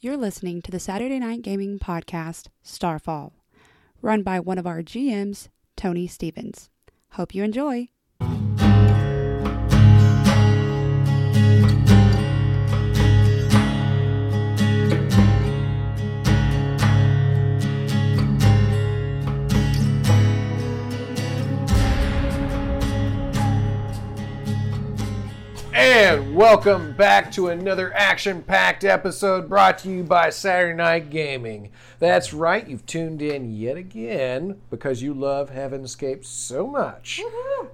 You're listening to the Saturday Night Gaming Podcast, Starfall, run by one of our GMs, Tony Stevens. Hope you enjoy. And welcome back to another action packed episode brought to you by Saturday Night Gaming. That's right, you've tuned in yet again because you love Heaven's Escape so much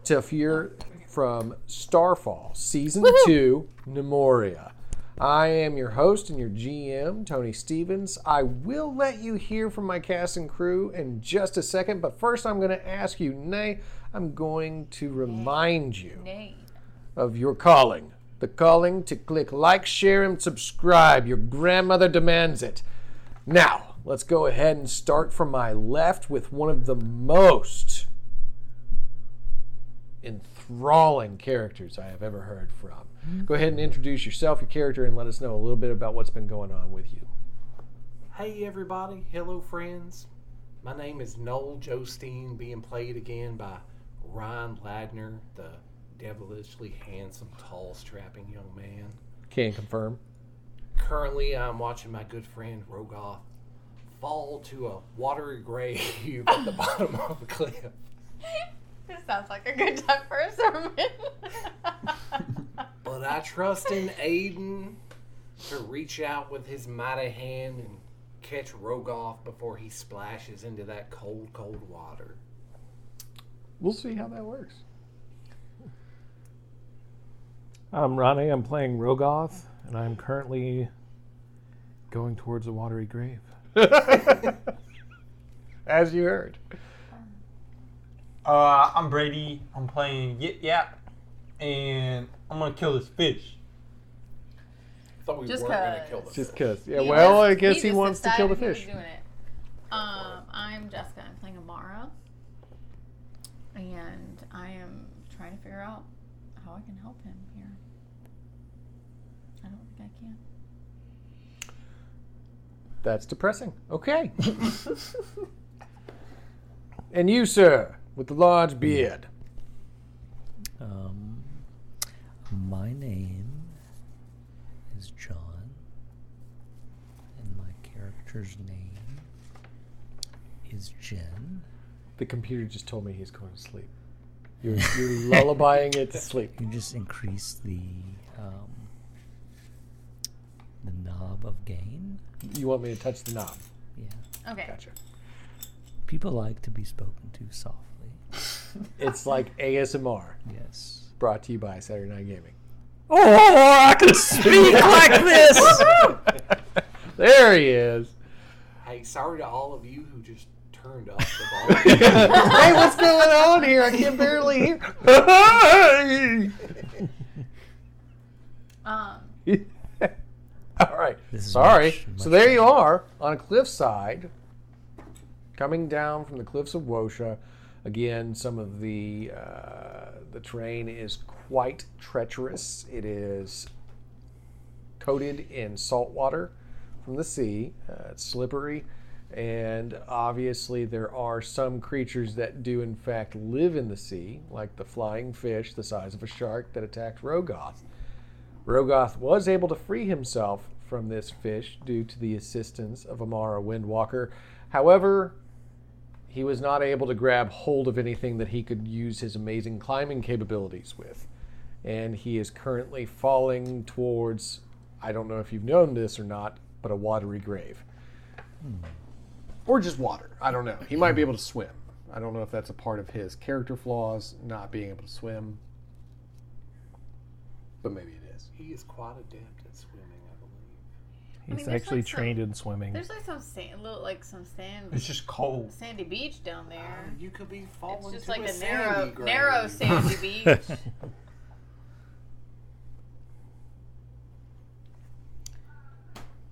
to hear from Starfall Season 2 Nemoria. I am your host and your GM, Tony Stevens. I will let you hear from my cast and crew in just a second, but first I'm going to ask you, nay, I'm going to remind you of your calling. The calling to click like, share, and subscribe. Your grandmother demands it. Now, let's go ahead and start from my left with one of the most enthralling characters I have ever heard from. Go ahead and introduce yourself, your character, and let us know a little bit about what's been going on with you. Hey everybody, hello friends. My name is Noel Jostein, being played again by Ryan Ladner, the devilishly handsome, tall, strapping young man. Can confirm. Currently, I'm watching my good friend Rogoth fall to a watery grave at the bottom of a cliff. This sounds like a good time for a sermon. But I trust in Aiden to reach out with his mighty hand and catch Rogoff before he splashes into that cold, cold water. We'll see how that works. I'm Ronnie. I'm playing Rogoth, and I'm currently going towards a watery grave. As you heard. Uh, I'm Brady. I'm playing Yip Yap, and I'm gonna kill this fish. Thought we Just weren't going to kill the cause. Just fish. because. Yeah, well, I guess he just wants to kill the decided he was fish. doing it. Um, I'm Jessica. I'm playing Amara, and I am trying to figure out how I can help him here. I don't think I can. That's depressing. Okay. and you, sir, with the large beard. Um, my name is John, and my character's name is Jen. The computer just told me he's going to sleep. You're, you're lullabying it to sleep. You just increase the um, the knob of gain. You want me to touch the knob? Yeah, Okay. Gotcha. people like to be spoken to softly. It's like ASMR, Yes. brought to you by Saturday Night Gaming. Oh, I can speak like this. There he is. Hey, sorry to all of you who just turned up the volume. hey, what's going on here? I can barely hear. Um, All right. This is Sorry. much- much so there you are on a cliffside, coming down from the cliffs of Wosha. Again, some of the uh, the terrain is quite treacherous. It is coated in salt water from the sea. Uh, it's slippery, and obviously there are some creatures that do in fact live in the sea, like the flying fish the size of a shark that attacked Rogoth. Rogoth was able to free himself from this fish due to the assistance of Amara Windwalker. However, he was not able to grab hold of anything that he could use his amazing climbing capabilities with. And he is currently falling towards, I don't know if you've known this or not, but a watery grave. Hmm. Or just water. I don't know. He might be able to swim. I don't know if that's a part of his character flaws, not being able to swim. But maybe it is. he is quite adept at swimming, I believe. He's there's, like, actually some- trained in swimming. there's like some sand, little like some sand, It's just cold. sandy beach down there. You could be It's falling just to like a, a sandy narrow, grave. narrow sandy beach.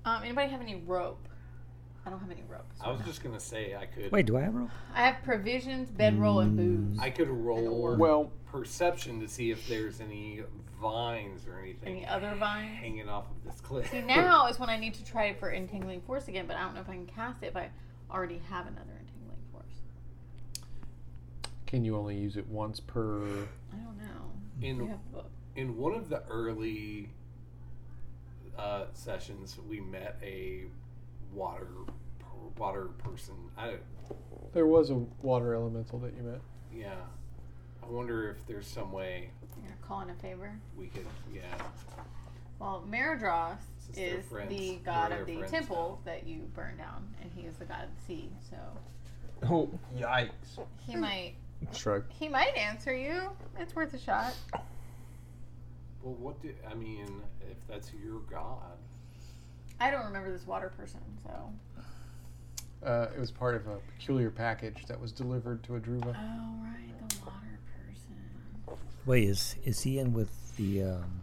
Um, anybody have any rope? I don't have any ropes. I was just gonna say I could. Wait, do I have rope? I have provisions, bedroll, and booze. I could roll Well, perception to see if there's any vines or anything Any other vines? hanging off of this cliff. See, now is when I need to try for entangling force again, but I don't know if I can cast it if I already have another entangling force. can you only use it once per? I don't know. You in have a book. in one of the early uh, sessions, we met a water water person. I don't- There was a water elemental that you met. yeah. I wonder if there's some way You're calling a favor. we could yeah. Well, Meridros Since they're is friends, the they're god their of the friends temple that you burned down, and he is the god of the sea. So Oh, yikes. he might Shrug. he might answer you. It's worth a shot. Well, what do I mean? If that's your god, I don't remember this water person, so Uh, it was part of a peculiar package that was delivered to Adruva. Oh right, the water person. Wait, is is he in with the um,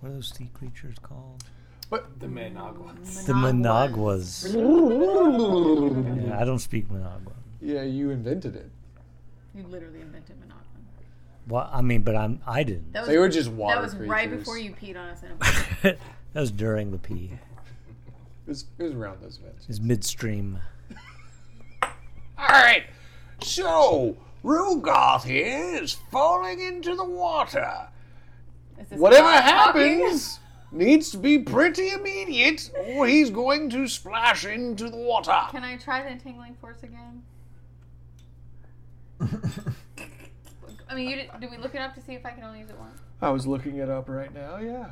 what are those sea creatures called? the Mm-hmm. Managuans. The Monaguas. Yeah, I don't speak Monaguan. Yeah, you invented it. You literally invented Monaguan. Well, I mean, but I'm I didn't. That was They were just water that was right creatures. before you peed on us in a that was during the pee. It was, it was around those events. It's midstream. All right. So Rugoth here is falling into the water. Is this Whatever guy talking? happens needs to be pretty immediate, or he's going to splash into the water. Can I try the entangling force again? I mean, you did, did we look it up to see if I can only use it once? I was looking it up right now, yeah.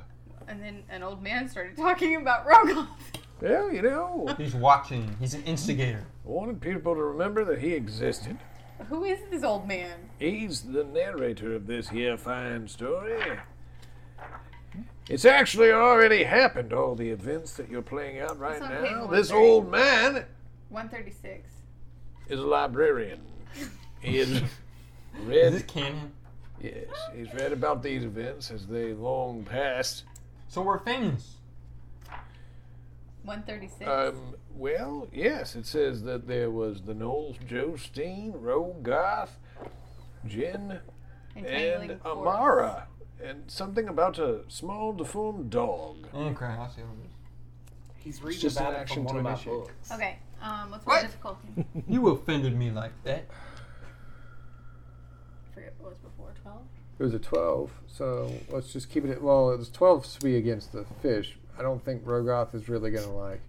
And then an old man started talking about Rogoff. Yeah, you know, He's watching. He's an instigator. I wanted people to remember that he existed. Who is this old man? He's the narrator of this here fine story. It's actually already happened, all the events that you're playing out right It's on page now. This 130. old man 136. is a librarian. He has Is this read, canon? yes, he's read about these events as they long passed. So we're famous. 136. Um, well, yes, it says that there was the Knowles, Jostein, Rogoth, Jin, and force. Amara, and something about a small deformed dog. Okay, I see what it He's reading just about an it from action one to of my initiate. books. Okay, um, what's What? my difficulty? I is. You offended me like that. forget what was before 12. It was a 12, so let's just keep it at. Well, it was 12 to be against the fish. I don't think Rogoth is really going to, like,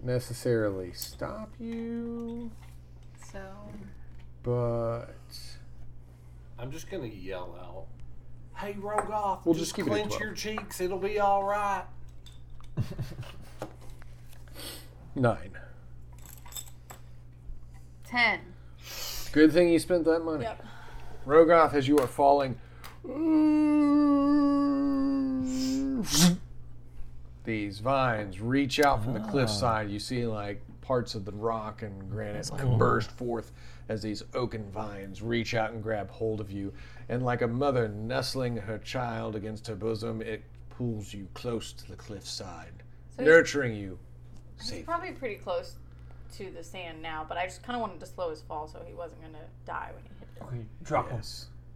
necessarily stop you, So, but. I'm just gonna yell out, "Hey, Rogoth, We'll just, just keep it at clench 12. your cheeks. It'll be all right." Nine. 10. Good thing you spent that money. Yep. Rogoth, as you are falling, these vines reach out from the cliffside. You see, like, parts of the rock and granite burst forth as these oaken vines reach out and grab hold of you. And like a mother nestling her child against her bosom, it pulls you close to the cliffside, So he's, nurturing you. he's probably pretty close to the sand now, but I just kind of wanted to slow his fall so he wasn't going to die when he hit it. Okay, drop him.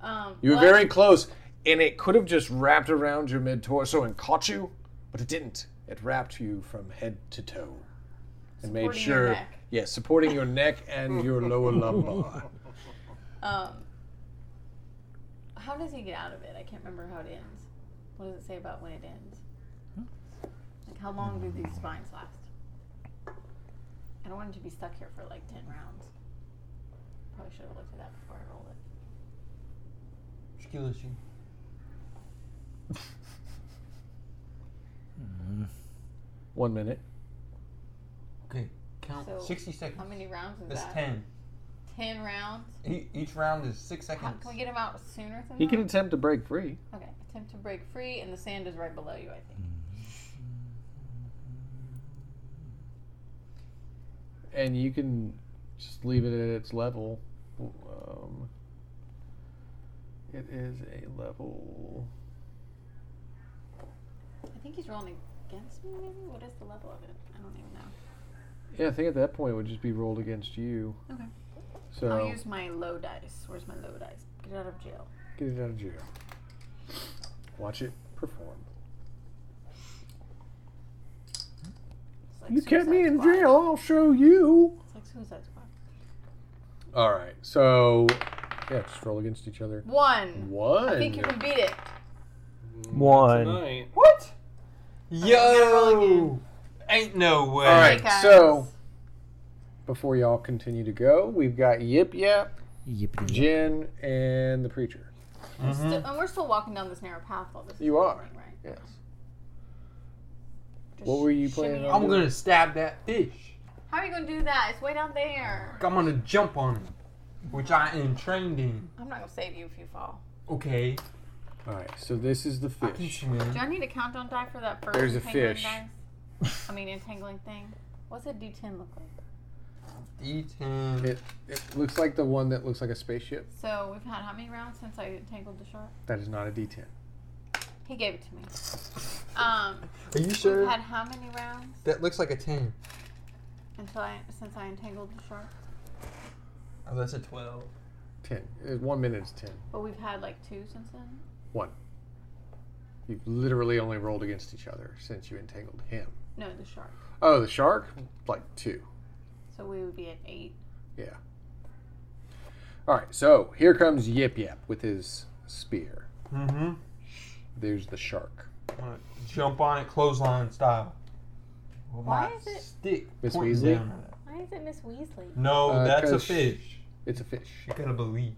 Um, You were but- very close, and it could have just wrapped around your mid torso and caught you, but it didn't. It wrapped you from head to toe and made Supporting your sure, yes, neck. supporting your neck and your lower lumbar. Um, how does he get out of it? I can't remember how it ends. What does it say about when it ends? Hmm. Like, how long do these vines last? I don't want him to be stuck here for like 10 rounds. Probably should have looked at that before I rolled it. Skill issue. One minute. Okay, count So, 60 seconds. How many rounds is That's that? 10. 10 rounds? E- each round is 6 How, seconds. can we get him out sooner than He that? can attempt to break free. Okay, attempt to break free, and the sand is right below you, I think. and you can just leave it at its level. Um, it is a level. Hmm. I think he's rolling against me, maybe? What is the level of it? I don't even know. Yeah, I think at that point it would just be rolled against you. Okay. So I'll use my low dice. Where's my low dice? Get out of jail. Get it out of jail. Watch it perform. It's like You kept me Suicide in Squad. jail. I'll show you. It's like Suicide Squad. All right. So yeah, just roll against each other. One. One. I think you can beat it. One. Tonight. What? gotta roll Yo! again. Ain't no way. All right. Guys. So before y'all continue to go, we've got Yip Yap, Yippity. Jin, and the preacher. Still- and we're still walking down this narrow path while this is hmm. You are. happening, right? Yes. Just What were you planning shimmy. on I'm gonna stab that fish. How are you gonna do that? It's way down there. I'm gonna jump on him, which I am trained in. I'm not gonna save you if you fall. Okay. All right. So this is the I can fish. swim. Do I need a countdown die for that first There's a entangling fish. dice? I mean entangling thing. What's a D10 look like? D10. It, it looks like the one that looks like a spaceship. So we've had how many rounds since I entangled the shark? That is not a D10. He gave it to me. Um, Are you we've sure? had how many rounds That looks like a 10. until I since I entangled the shark? Oh, that's a 12. Ten. Uh, One minute is ten. But we've had like two since then. One. You've literally only rolled against each other since you entangled him. No, the shark. Oh, the shark? Like two. So we would be at eight. Yeah. All right, so here comes Yip Yip with his spear. Mm-hmm. There's the shark. I'm gonna jump on it clothesline style. With Why my is it- Stick. Miss pointing Weasley? down at it. Why is it Miss Weasley? No, Uh, that's a 'cause- fish. It's a fish. You gotta believe.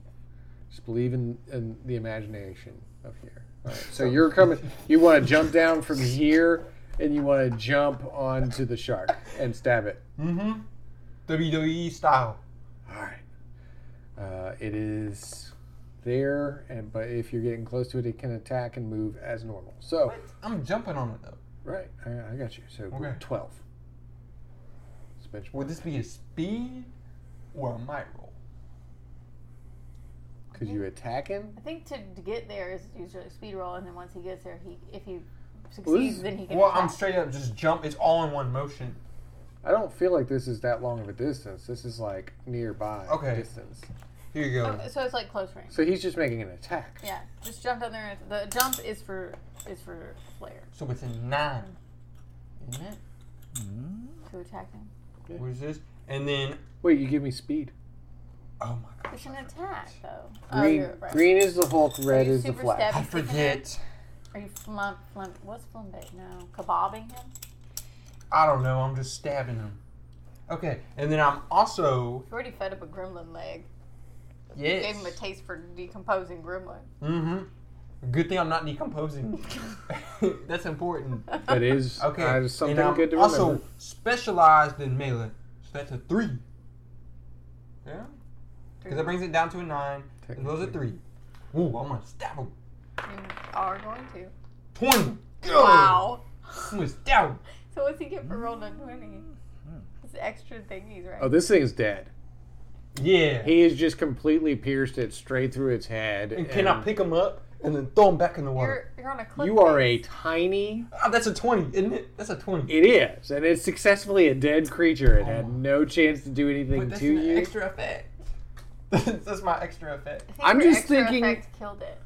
Just believe in, in the imagination of here. All right, so you're coming. You want to jump down from here, and you want to jump onto the shark and stab it. Mm-hmm. WWE E style. All right. Uh, it is there, and but if you're getting close to it, it can attack and move as normal. So. I'm jumping on it though. Right, I, I got you. So Okay. twelve. It's bench- Would this be a speed or a might roll? Cause you attacking. I think to, to get there is usually a speed roll, and then once he gets there, he if he Well, this succeeds, is- then he can. Well, I'm attack. straight up just jump. It's all in one motion. I don't feel like this is that long of a distance. This is like nearby Okay. distance. Here you go. Okay, so it's like close range. So he's just making an attack. Yeah, just jump down there. The jump is for is for flare So it's a nine, isn't it? to attack him. What is this? And then, Wait, you give me speed. oh my gosh, It's an attack though. Green, oh, you're right. green is the Hulk. Red you is the super Flash. stab- I forget. Are you flump flump? What's flumbate? No, kebabbing him. I don't know. I'm just stabbing him. Okay, and then I'm also You already fed up a gremlin leg. yes. Gave him a taste for decomposing gremlin. mm-hmm. Good thing I'm not decomposing. That's important. That is Okay. uh, and something I'm good to also remember. specialized in melee, so that's a three. Yeah, because that brings it down to a nine. And those are three. Ooh, I'm gonna stab him. You are going to. Twenty. Oh. Go. Wow. I'm gonna stab him. So what's he get for rolling Mm. a twenty? Hmm. It's extra thingies, right? Oh, this thing is dead. Yeah. He is just completely pierced it straight through its head. And can I pick him up and then throw him back in the water? You're, you're on a cliff. You are a face. tiny. Ah, that's a 20, isn't it? That's a 20. It is, and it's successfully a dead creature. It had Oh. no chance to do anything that's to an you. extra effect. that's my extra effect. I think I'm your just extra thinking- Effect killed it.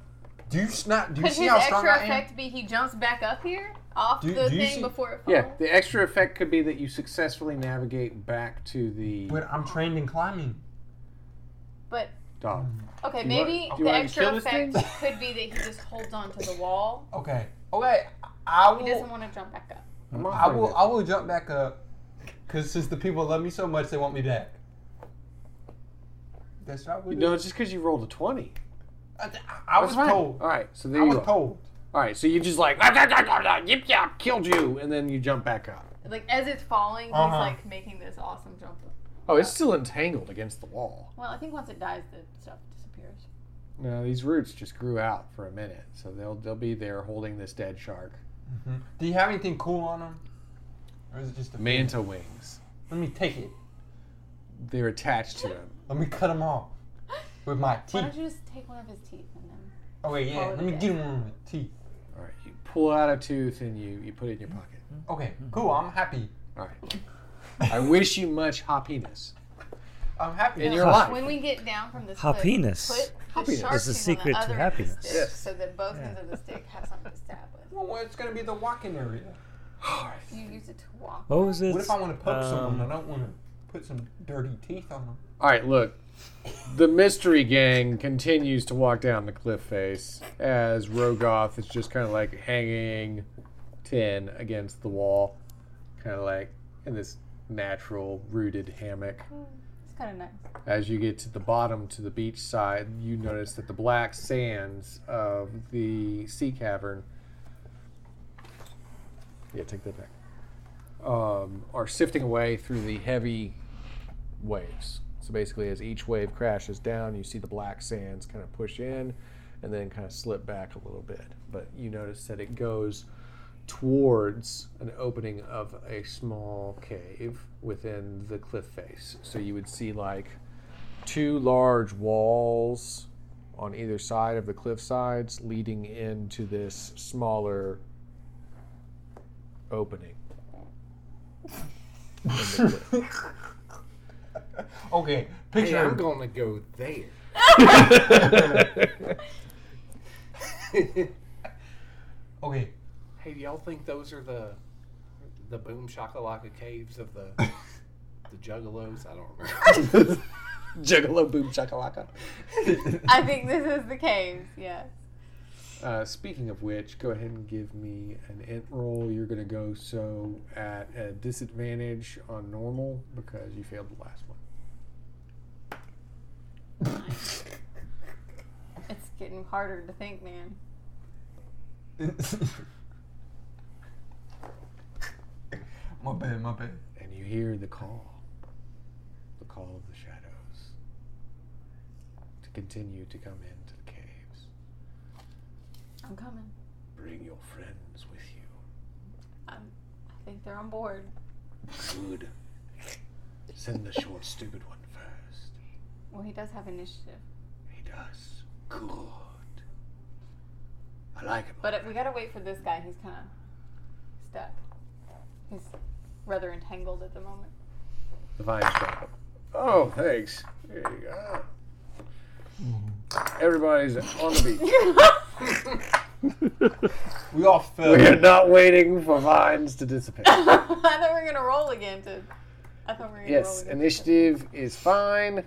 Do you s- not? Do you Could see his how strong extra I am? effect be he jumps back up here off Do- the do you thing see- before it falls? Yeah, the extra effect could be that you successfully navigate back to the But I'm trained in climbing. But dog. mm, okay, Do you want- maybe do you the want me to kill extra this effect thing? could be that he just holds on to the wall. Okay. Okay. I He doesn't will. want to jump back up. I'm I will. I will jump back up. Cause since the people love me so much, they want me back. That's not what. it- No, it's just because you rolled a twenty. I, I was told. All right, so Uh, there I you was go. told. All right, so you just like "Ah, ah, ah, ah, ah, yip yap, killed you, and then you jump back up. Like as it's falling, Uh-huh. he's like making this awesome jump. Oh, it's still entangled against the wall. Well, I think once it dies, the stuff disappears. No, these roots just grew out for a minute, so they'll they'll be there holding this dead shark. Mhm. Do you have anything cool on them? Or is it just a Manta wings. Let me take it. They're attached to him. Let me cut him off with my Why don't teeth. you just take one of his teeth and then? Oh wait, yeah. Call it Let a me day. get him one with my teeth. All right, Mm-hmm. you pull out a tooth and you you put it in your pocket. Okay, cool. I'm happy. All right. I wish you much happiness I'm happy. in your now. life. When we get down from this, Happiness. cliff, put the Happiness. sharp It's the tooth on secret to the other end of the happiness. stick Yes. So that both ends of the stick have something to stab with. Well, it's gonna be the walking area. You use it to walk. What was it? What if I want to poke someone? Um, and I don't want to put some dirty teeth on them. All right, look. The mystery gang continues to walk down the cliff face as Rogoth is just kind of like hanging tin against the wall, kind of like in this natural rooted hammock. It's kind of nice. As you get to the bottom to the beach side, you notice that the black sands of the sea cavern. Yeah, take that back. Um, are sifting away through the heavy waves. So basically, as each wave crashes down, you see the black sands kind of push in and then kind of slip back a little bit. But you notice that it goes towards an opening of a small cave within the cliff face. So you would see like two large walls on either side of the cliff sides leading into this smaller opening. in the cliff. Okay, Hey, picture. I'm gonna go there. okay, Hey, do y'all think those are the the boom shakalaka caves of the the juggalos? I don't remember. Juggalo boom chakalaka. I think this is the cave. Yes. Uh, speaking of which, go ahead and give me an int roll. You're going to go so at a disadvantage on normal because you failed the last one. It's getting harder to think, man. my bad, my bad. And you hear the call the call of the shadows to continue to come into the caves. I'm coming. Bring your friends with you. I'm, I think they're on board. Good. Send the short, stupid one first. Well, he does have initiative, He does. Good. I like him. but we gotta wait for this guy. He's kind of stuck. He's rather entangled at the moment. The vines drop. Oh, thanks. There you go. Everybody's on the beach. We uh, all fell. We are not waiting for vines to dissipate. I thought we were gonna roll again. To I thought we were gonna roll Yes, again. initiative is fine.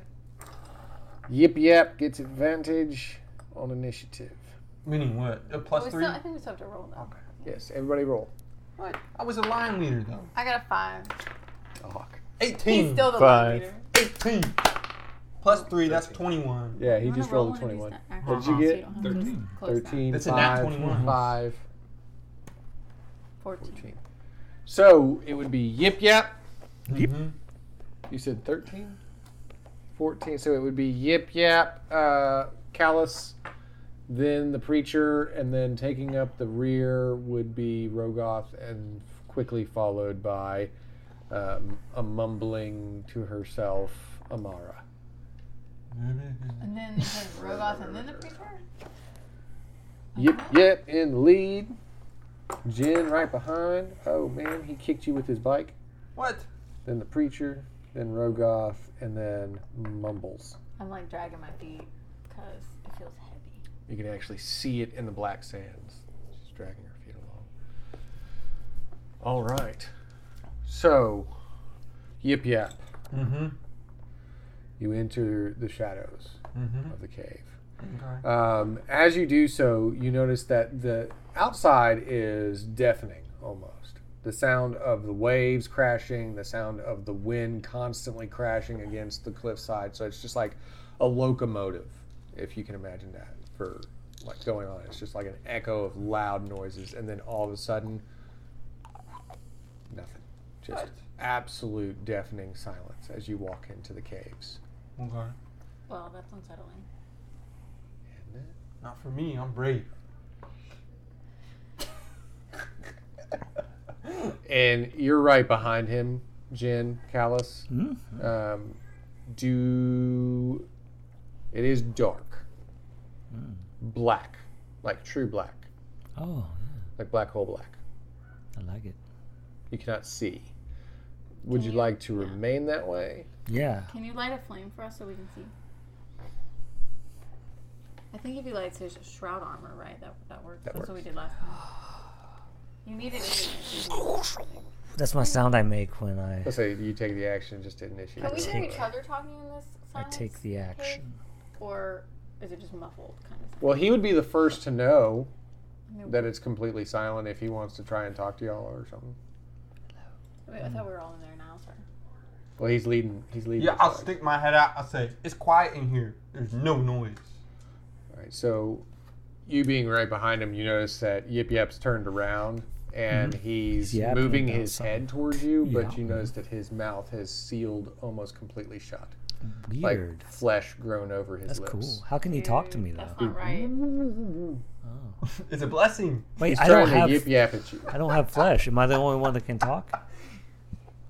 Yip Yap gets advantage on initiative. Meaning what? A But plus Oh, we three. still, I think we still have to roll though. Yes, everybody roll. What? I was a line leader though. I got a five. A hawk. He's Eighteen. still the Five. leader. Eighteen. Plus three. That's twenty-one. Yeah, he You wanna just rolled a roll one 21. of What'd these now? you So get? don't have to close that. 13, That's a nat 5, 21. 5, 14. 14. So it would be Yip Yap, Mhm. You said 13? 14. So it would be Yip Yap, uh, Callus, then the Preacher, and then taking up the rear would be Rogoth, and quickly followed by um, a mumbling to herself Amara. And then it was Rogoth and then the preacher? Yip Yip in the lead. Jin right behind. Oh man, he kicked you with his bike. What? Then the Preacher, then Rogoth, and then Mumbles. I'm like dragging my feet because it feels heavy. You can actually see it in the black sands. She's dragging her feet along. All right. So, yip yap, Mm-hmm. you enter the shadows Mm-hmm. of the cave. Okay. Um, as you do so, you notice that the outside is deafening almost. The sound of the waves crashing, the sound of the wind constantly crashing against the cliffside. So it's just like a locomotive, if you can imagine that, for like going on. It's just like an echo of loud noises, and then all of a sudden, nothing. Just absolute deafening silence as you walk into the caves. Okay. Well, that's unsettling. Not for me. I'm brave. and you're right behind him, Jin Callus. Um, do it is dark, black, like true black, Oh, like black hole black. yeah, I like it. You cannot see. Would you like to remain that way? Yeah. Can you light a flame for us so we can see? I think if he lights his shroud armor, right, that that works. That's what we did last time. You need it. anyway. That's my sound I make when I, Let's say you take the action just to initiate. Can we hear take- each other talking in this I silence? take the action. Or is it just muffled kind of? Well, he would be the first to know Nope. that it's completely silent if he wants to try and talk to y'all or something. Wait, I thought we were all in there now. Sorry. Well, he's leading. He's leading. Yeah, the I'll charge. stick my head out. I'll say, it's quiet in here. There's no noise. All right, so you being right behind him, you notice that Yip Yap's turned around and he's Mm-hmm. He's yapping moving about his something. head towards you, but Yeah. you notice that his mouth has sealed almost completely shut, Weird. like flesh grown over his That's lips. cool. How can he talk to Dude, me though? That's not right. Oh. It's a blessing. Wait, He's I trying don't to have Yip Yap at you. I don't have flesh. Am I the only one that can talk?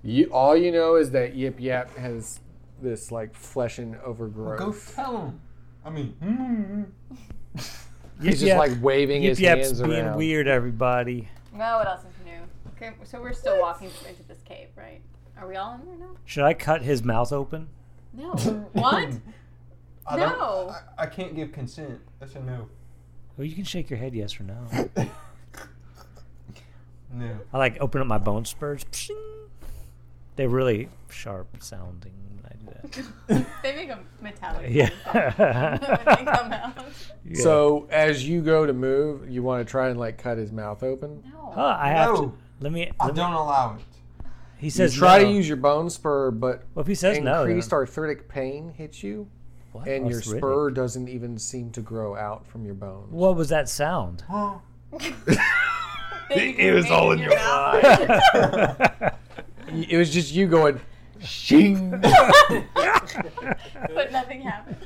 you. All you know is that Yip Yap has this like flesh and overgrowth. Go tell him. I mean, hmm. he's just Yip like waving Yip his Yap's hands being around. weird, everybody. No, what else is new? Okay, so we're still walking into this cave, right? Are we all in there now? Should I cut his mouth open? No. what? I No. Don't, I, I can't give consent. That's a no. Well, Oh, you can shake your head yes or no. No. I like open up my bone spurs. Pshing. They're really sharp sounding when I do that. They make a metallic. Yeah. sound when they come out. Yeah. So as you go to move, you want to try and like cut his mouth open. No. Huh, I have No. to. Let me. I let me- don't allow it. he You says try no. to use your bone spur, but Well, if he says no, then increased arthritic pain hits you. what? Oh, and your Arthritic. spur doesn't even seem to grow out from your bone. What was that sound? Huh? it was all in your mouth. It was just you going, shing. But nothing happened.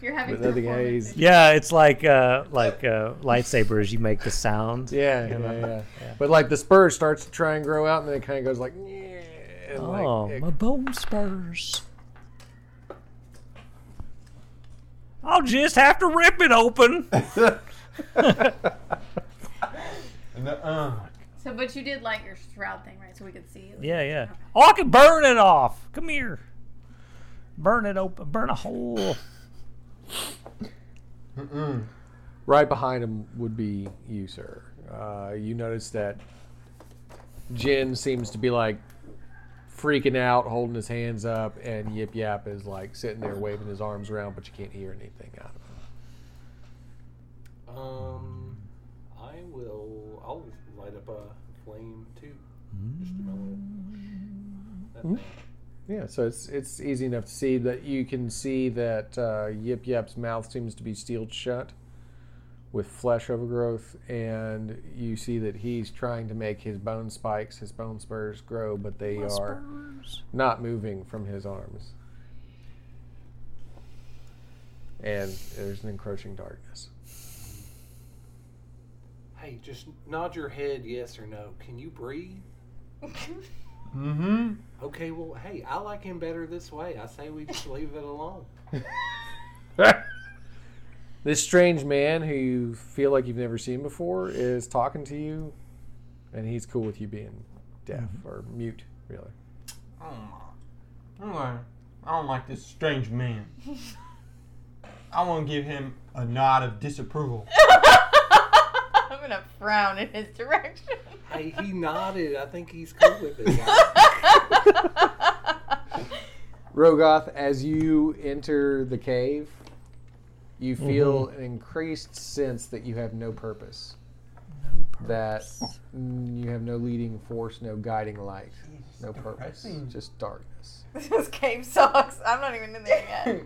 You're having But nothing performance haze. yeah, it's like uh, like uh, lightsabers. You make the sound. yeah, yeah, yeah, But like the spur starts to try and grow out, and then it kind of goes like, "Nyeh," and like, Oh, it- my bone spurs. I'll just have to rip it open. And the, uh, So, but you did light your shroud thing, right? So we could see. Like, Yeah, yeah. Oh, I can burn it off. Come here. Burn it open. Burn a hole. mm-mm. right behind him would be you, sir. Uh, you notice that Jin seems to be like freaking out, holding his hands up, and Yip Yap is like sitting there waving his arms around, but you can't hear anything out of him. Um, I will. I'll light up a flame too. Just to mellow that thing. Yeah, so it's it's easy enough to see that you can see that uh, Yip Yap's mouth seems to be sealed shut with flesh overgrowth, and you see that he's trying to make his bone spikes, his bone spurs grow, but they are not moving from his arms. And there's an encroaching darkness. Hey, just nod your head, yes or no. Can you breathe? Mm-hmm. Okay, well, hey, I like him better this way. I say we just leave it alone. this strange man who you feel like you've never seen before is talking to you, and he's cool with you being deaf or mute, really. Oh my. Okay. I don't like this strange man. I want to give him a nod of disapproval. I'm gonna frown in his direction. Hey, he nodded. I think he's cool with it. Rogoth, as you enter the cave, you feel an increased sense that you have no purpose. No purpose. That mm, you have no leading force, no guiding light, no purpose, depressing. just darkness. this cave sucks. I'm not even in there I yet.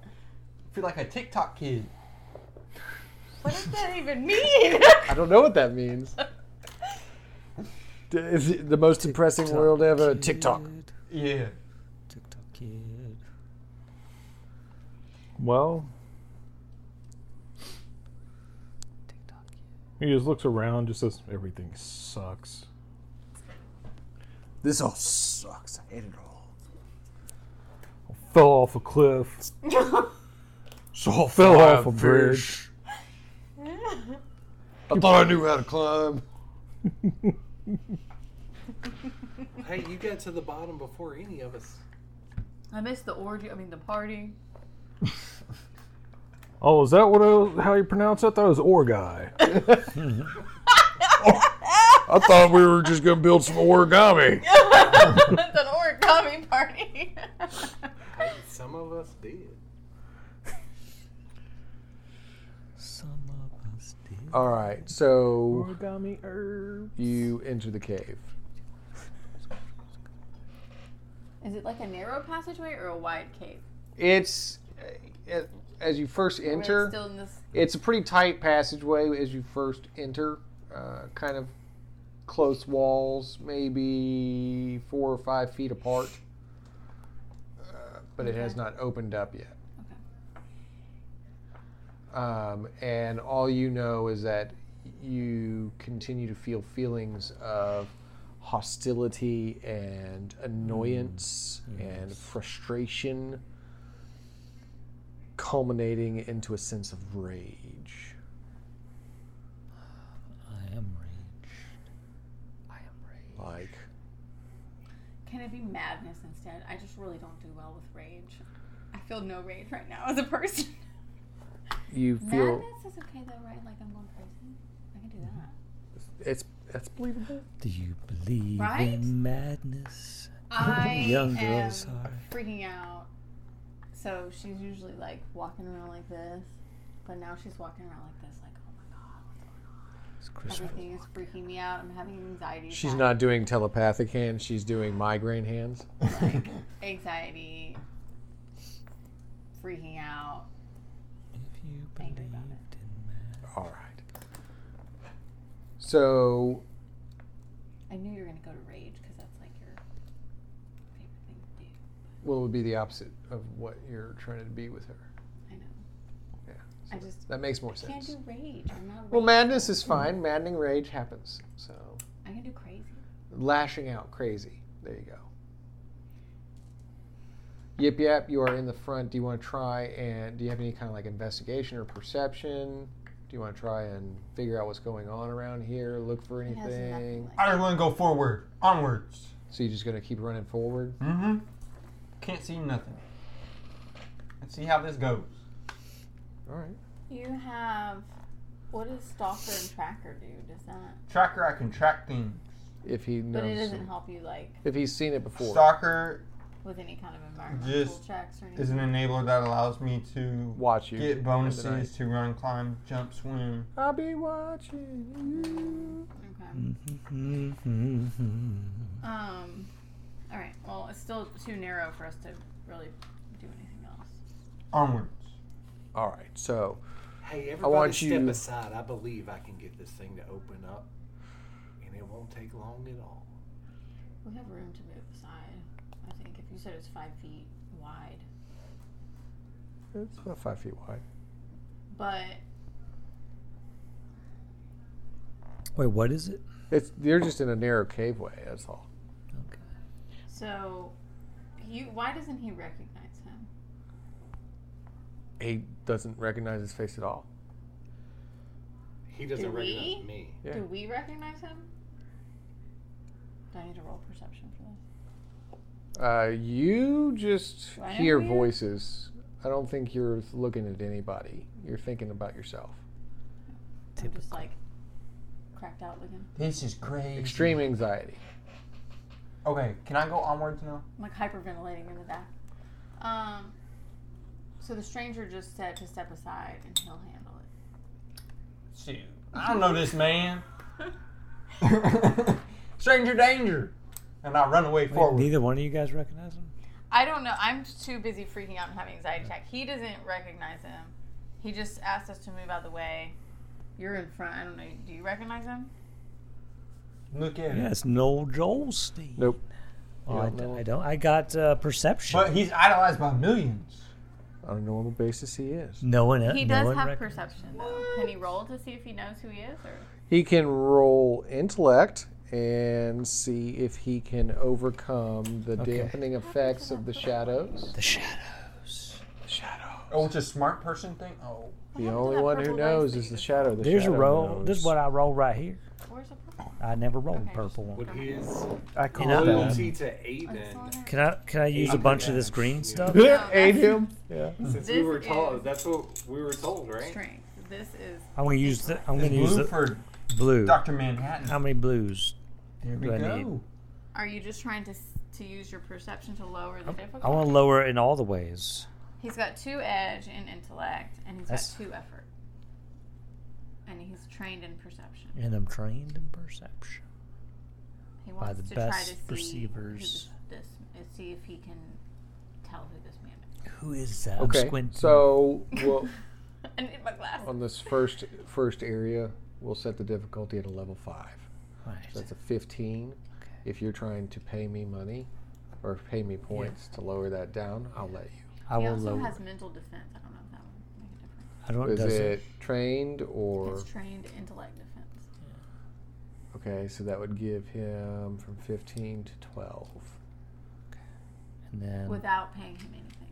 feel like a TikTok kid. What does that even mean? I don't know what that means. D- Is it the most depressing world ever? TikTok. Kid, Yeah. TikTok kid. Well, he just looks around, just says everything sucks. This all sucks. I hate it all. Fell off a cliff. So Fell off a bridge. I thought I knew how to climb. Hey, you got to the bottom before any of us. I missed the orgy. I mean, the party. Oh, is that what I, how you pronounce that? That was Orgai. I thought we were just gonna build some origami. it's an origami party. Hey, some of us did. Some of us did. All right, so Origami herb. you enter the cave. Is it like a narrow passageway or a wide cave? It's uh, as you first We're enter. still in this. It's a pretty tight passageway as you first enter. Uh, kind of close walls, maybe four or five feet apart. Uh, but it has not opened up yet. Um, and all you know is that you continue to feel feelings of hostility and annoyance and frustration culminating into a sense of rage. I am rage. I am rage. Like, Can it be madness instead? I just really don't do well with rage. I feel no rage right now as a person. you feel Madness is okay though, right? Like I'm going crazy. I can do that. it's that's believable. Do you believe Right? in madness? I Young am girls are. freaking out. So she's usually like walking around like this, but now she's walking around like this, like oh my god, what's going on? It's Christmas. Everything is freaking me out. I'm having anxiety. She's attacks, not doing telepathic hands. She's doing migraine hands. anxiety, freaking out. If you believed Angry in about it. madness. All right. So I knew you were gonna go to rage because that's like your favorite thing to do. What would be the opposite of what you're trying to be with her? I know. Yeah, I just That makes more can't sense. do rage. I'm not. Well, rage- madness is fine. Maddening rage happens. So, I can do crazy. lashing out crazy. There you go. Yip yap, you are in the front. Do you want to try and do you have any kind of like investigation or perception? Do you want to try and figure out what's going on around here? Look for It has nothing anything? like. I just want to go forward, onwards. So you're just gonna keep running forward? Mm-hmm. Can't see nothing. Let's see how this goes. All right. You have what does stalker and tracker do? Does that? Tracker, I can track things. If he But it knows, doesn't help you like if he's seen it before, Stalker with any kind of environmental Just checks or anything. is an enabler that allows me to watch you. get in the night. bonuses to run, climb, jump, swim. I'll be watching Okay. Um. All right. Well, it's still too narrow for us to really do anything else. Onwards. All right. So Hey, everybody, want step you- aside. I believe I can get this thing to open up, and it won't take long at all. We have room to move aside. I think if you said it's five feet wide, it's about five feet wide. but Wait, what is it? It's you're just in a narrow caveway. That's all. Okay. so you. Why doesn't he recognize him? He doesn't recognize his face at all. He doesn't Do recognize we? me. Yeah. Do we recognize him? Do I need to roll perception for this? Uh, you just Do I know hear who you are? voices. I don't think you're looking at anybody. You're thinking about yourself. I'm just like cracked out looking. This is crazy. Extreme anxiety. Okay, can I go onwards now? I'm like hyperventilating in the back. Um, so the stranger just said to step aside and he'll handle it. Shoot. I don't know this man. Stranger danger. And I run away Wait, forward. neither one of you guys recognize him? I don't know. I'm too busy freaking out and having anxiety attack. He doesn't recognize him. He just asked us to move out of the way. You're in front. I don't know. Do you recognize him? Look at him. Yes, Noel Jolstein. Nope. Oh, I, don't know. I don't. I got uh, perception. But he's idolized by millions. On a normal basis, he is. no one. uh, He no does one have recognize- perception though. Can he roll to see if he knows who he is or? He can roll intellect and see if he can overcome the Okay. dampening effects of the shadows. The shadows. Oh, it's a smart person thing? Oh. The happened to only that one who purple dice knows that is you the just- shadow. The There's a shadow roll. This is knows. what I roll right here. Where's the purple? I never rolled Okay. purple one. Would his I call know. that. loyalty to I Aiden, saw Can I can I use a Okay, bunch of yeah. this green stuff? No, Aid that's- him. Yeah. since we This were is- told, that's what we were told, right? Strength. This is. I'm gonna use the I'm It's gonna use blue the for blue. Dr. Manhattan. How many blues? there we do I go. need? Are you just trying to s- to use your perception to lower the difficulty? I want to lower it in all the ways. He's got two edge in intellect, and he's That's- got two effort. And he's trained in perception. And I'm trained in perception. He wants the to best try to perceivers. See, who this, this, see if he can tell who this man is. Who is that? I'm Okay. squinting. So we'll, I need my Oh, glasses. on this first first area, we'll set the difficulty at a level five. Right. So that's a 15. If you're trying to pay me money or pay me points to lower that down, I'll let you. I he will also lower. has mental defense. I don't know if that would make a difference. I don't. Is does it trained or It's trained intellect defense. okay? So that would give him from 15 to 12, And then Without paying him anything,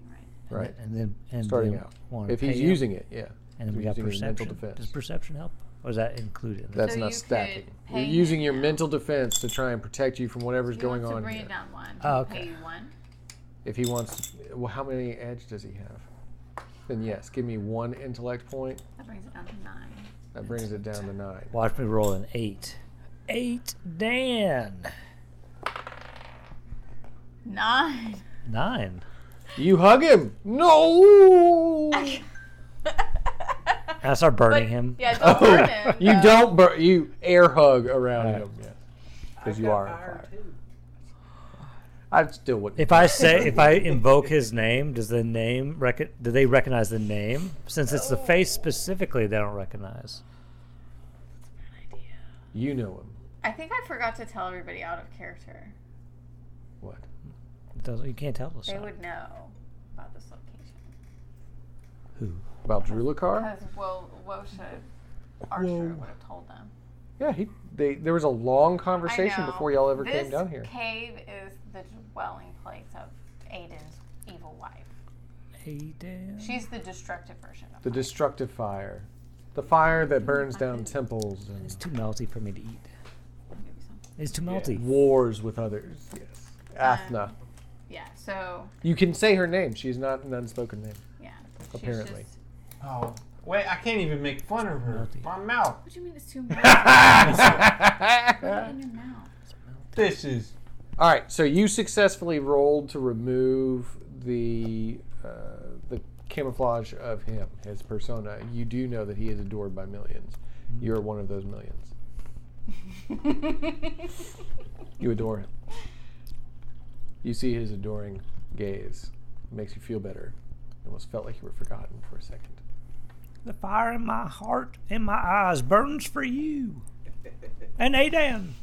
right? right? And then and Starting then out. wanna If he's pay up, using it, yeah. and then if he's we got using mental perception. defense. Does perception help, or is that included? in That's So not you could stacking. You're pay using him your now. mental defense to try and protect you from whatever's He going wants to on. bring here. it down one. Oh, He'll okay. Pay you one. If he wants, to, well, how many edge does he have? Then yes, give me one intellect point. That brings it down to nine. That brings it down to nine. Watch me roll an eight. Eight, Dan. Nine. Nine. You hug him. No. And I start burning But- him. Yeah, don't burn him. Oh, you though. don't. Bur- you air hug around Right. him. Yeah. I've Because you got are on fire fire. too. I still wouldn't. If I say, if I invoke his name, does the name rec- do they recognize the name? Since it's the face specifically, they don't recognize. you know him. I think I forgot to tell everybody out of character. What? It doesn't, you can't tell us. They that. would know about this location. Who? About Drulakar? Because Wo- Wosha Archer would have told them. Yeah, he. They, there was a long I conversation know. before y'all ever This came down here. cave is the dwelling place of Aiden's evil wife. Hey, Dan. She's the destructive version of The destructive fire, the fire that burns down temples It's and too melty for me to eat. her. Maybe something. It's too melty. wars with others. Yes. Uh, Athna. Yeah, so, You can say her name. She's not an unspoken name. yeah. she's Apparently. just- Oh, wait, I can't even make fun of her. Melty. My mouth. what do you mean it's too much? in your mouth. This is. All right. So you successfully rolled to remove the uh, the camouflage of him, his persona. You do know that he is adored by 1000000s You're one of those millions. You adore him. You see his adoring gaze. Makes you feel better. Almost felt like you were forgotten for a second. The fire in my heart and my eyes burns for you. And hey, Dan.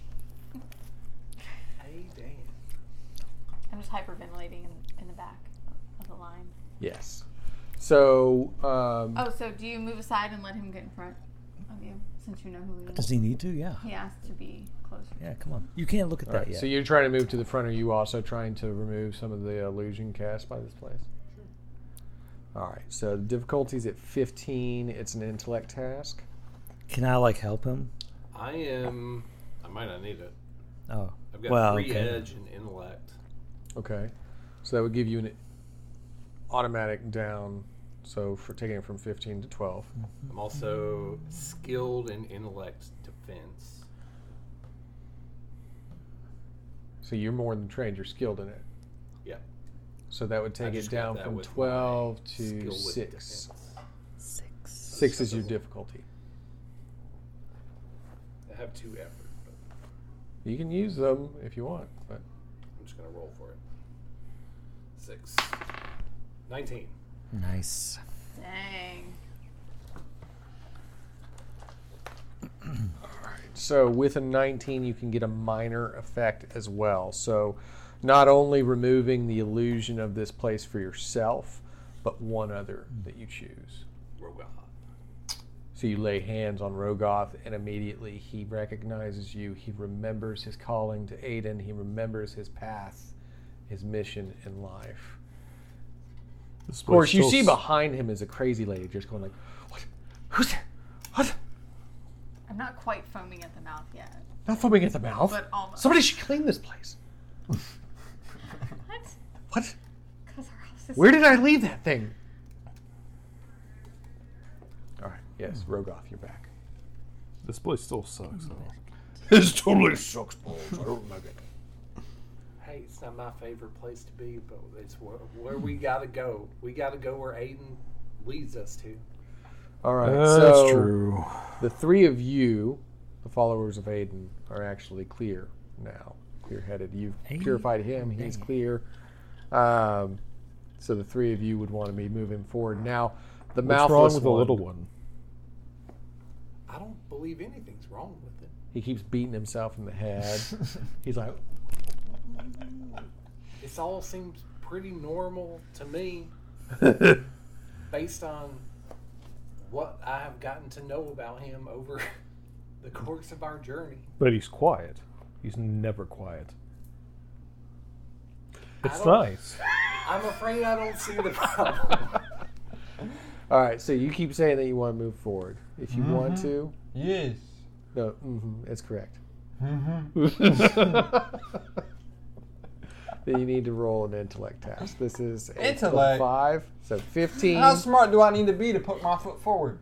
Hey, damn. I'm just hyperventilating in, in the back of the line. Yes. So um, Oh, so do you move aside and let him get in front of you since you know who he is? Does he need to? Yeah. He asked to be closer. Yeah, come on. You can't look at that Alright, yet. So you're trying to move to the front. Are you also trying to remove some of the illusion cast by this place? All right. So the difficulty's at 15. It's an intellect task. Can I like help him? I am. I might not need it. Oh, I've got Well, free okay. edge and intellect. Okay. So that would give you an automatic down. So for taking it from 15 to 12. I'm also skilled in intellect defense. So you're more than trained. You're skilled in it. Yeah. So that would take it just got down that from with my 12 Skill to with 6. defense. six. 6 is your difficulty. I have two effort, but You can use them if you want. But I'm just gonna roll for it. Six. Nineteen. Nice. Dang. So with a 19, you can get a minor effect as well. So not only removing the illusion of this place for yourself, but one other that you choose. Rogue. So you lay hands on Rogoth, and immediately he recognizes you. He remembers his calling to Aiden. He remembers his path, his mission in life. Of course, you see behind him is a crazy lady just going like, "What? Who's there? What?" I'm not quite foaming at the mouth yet. Not foaming at the mouth. But almost. Somebody should clean this place. What? What? Because our house is. Where did I leave that thing? All right. Yes, Rogoth, you're back. This place still sucks. though. This totally sucks balls. I don't like it. Hey, it's not my favorite place to be, but it's where, where we gotta go. We gotta go where Aiden leads us to. All right. that's so true. the three of you, the followers of Aiden, are actually clear now. Clear headed. You've purified him. He's clear. Um, so the three of you would want to be moving forward now. The What's mouthless wrong with the one, little one? I don't believe anything's wrong with it. He keeps beating himself in the head. He's like, This all seems pretty normal to me, based on what I have gotten to know about him over the course of our journey. But he's quiet. He's never quiet. It's don't- nice. I'm afraid I don't see the problem. all right. So you keep saying that you want to move forward. If you want Mm-hmm. to, Yes. no, mm-hmm, that's correct. Mm-hmm. Then you need to roll an intellect test. This is a Intellect? five, so fifteen. How smart do I need to be to put my foot forward?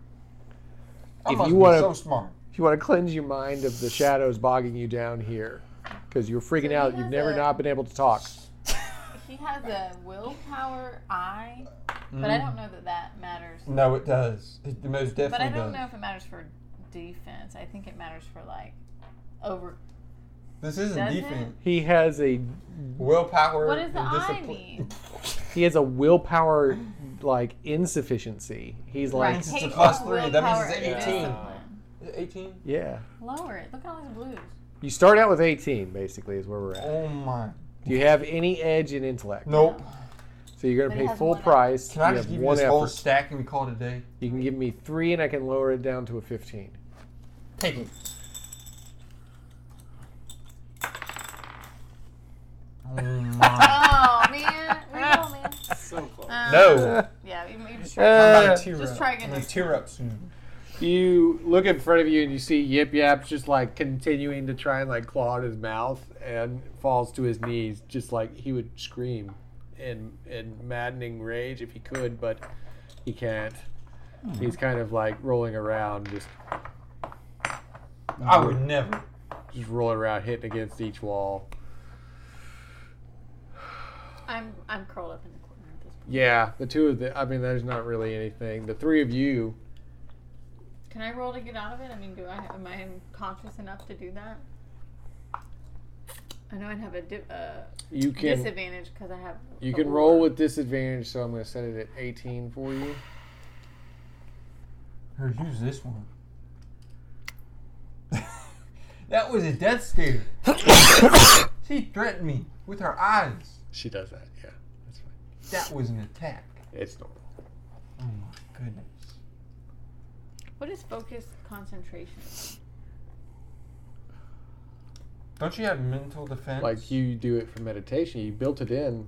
I If must you be wanna- so smart. If you want to cleanse your mind of the shadows bogging you down here, because you're freaking he out, you've has never a- not been able to talk. He has a willpower eye, but I don't know that that matters. No, Mm-hmm. it does. It the most definitely But I don't does. know if it matters for defense. I think it matters for like over. This isn't Does it? defense. He has a Willpower. What does the and eye discipline. mean? he has a willpower like insufficiency. He's like, Right, a take plus off three. That means willpower it's an and 18. discipline. Is it 18? yeah. Lower it. Look at all these blues. You start out with 18, basically, is where we're at. Oh my. Do you have any edge in intellect? Nope. So you're But gonna it pay has full one effort. price. Can I you just have give you one this effort. whole stack and we call it a day? You can give me three, and I can lower it down to a 15. Take it. Oh my. Oh man, we go, man. so close. Um, No. Yeah, you, Uh, you just I'm try. Eh. about to tear just up. try again I'm gonna next tear up soon. You look in front of you and you see Yip Yap's just like continuing to try and like claw at his mouth and falls to his knees, just like he would scream in in maddening rage if he could, but he can't. He's kind of like rolling around, just Mm-hmm. I would never. just rolling around, hitting against each wall. I'm I'm curled up in the corner at this point. Yeah, the two of the I mean, there's not really anything. The three of you, Can I roll to get out of it? I mean, do I am I conscious enough to do that? I know I'd have a di- uh, you can disadvantage because I have. you the can roll orb. with disadvantage, so I'm going to set it at 18 for you. Here, use this one. that was a death stare. she threatened me with her eyes. She does that. Yeah, that's fine. That was an attack. It's normal. Oh my goodness. What is focus concentration? Don't you have mental defense? Like you do it for meditation. You built it in.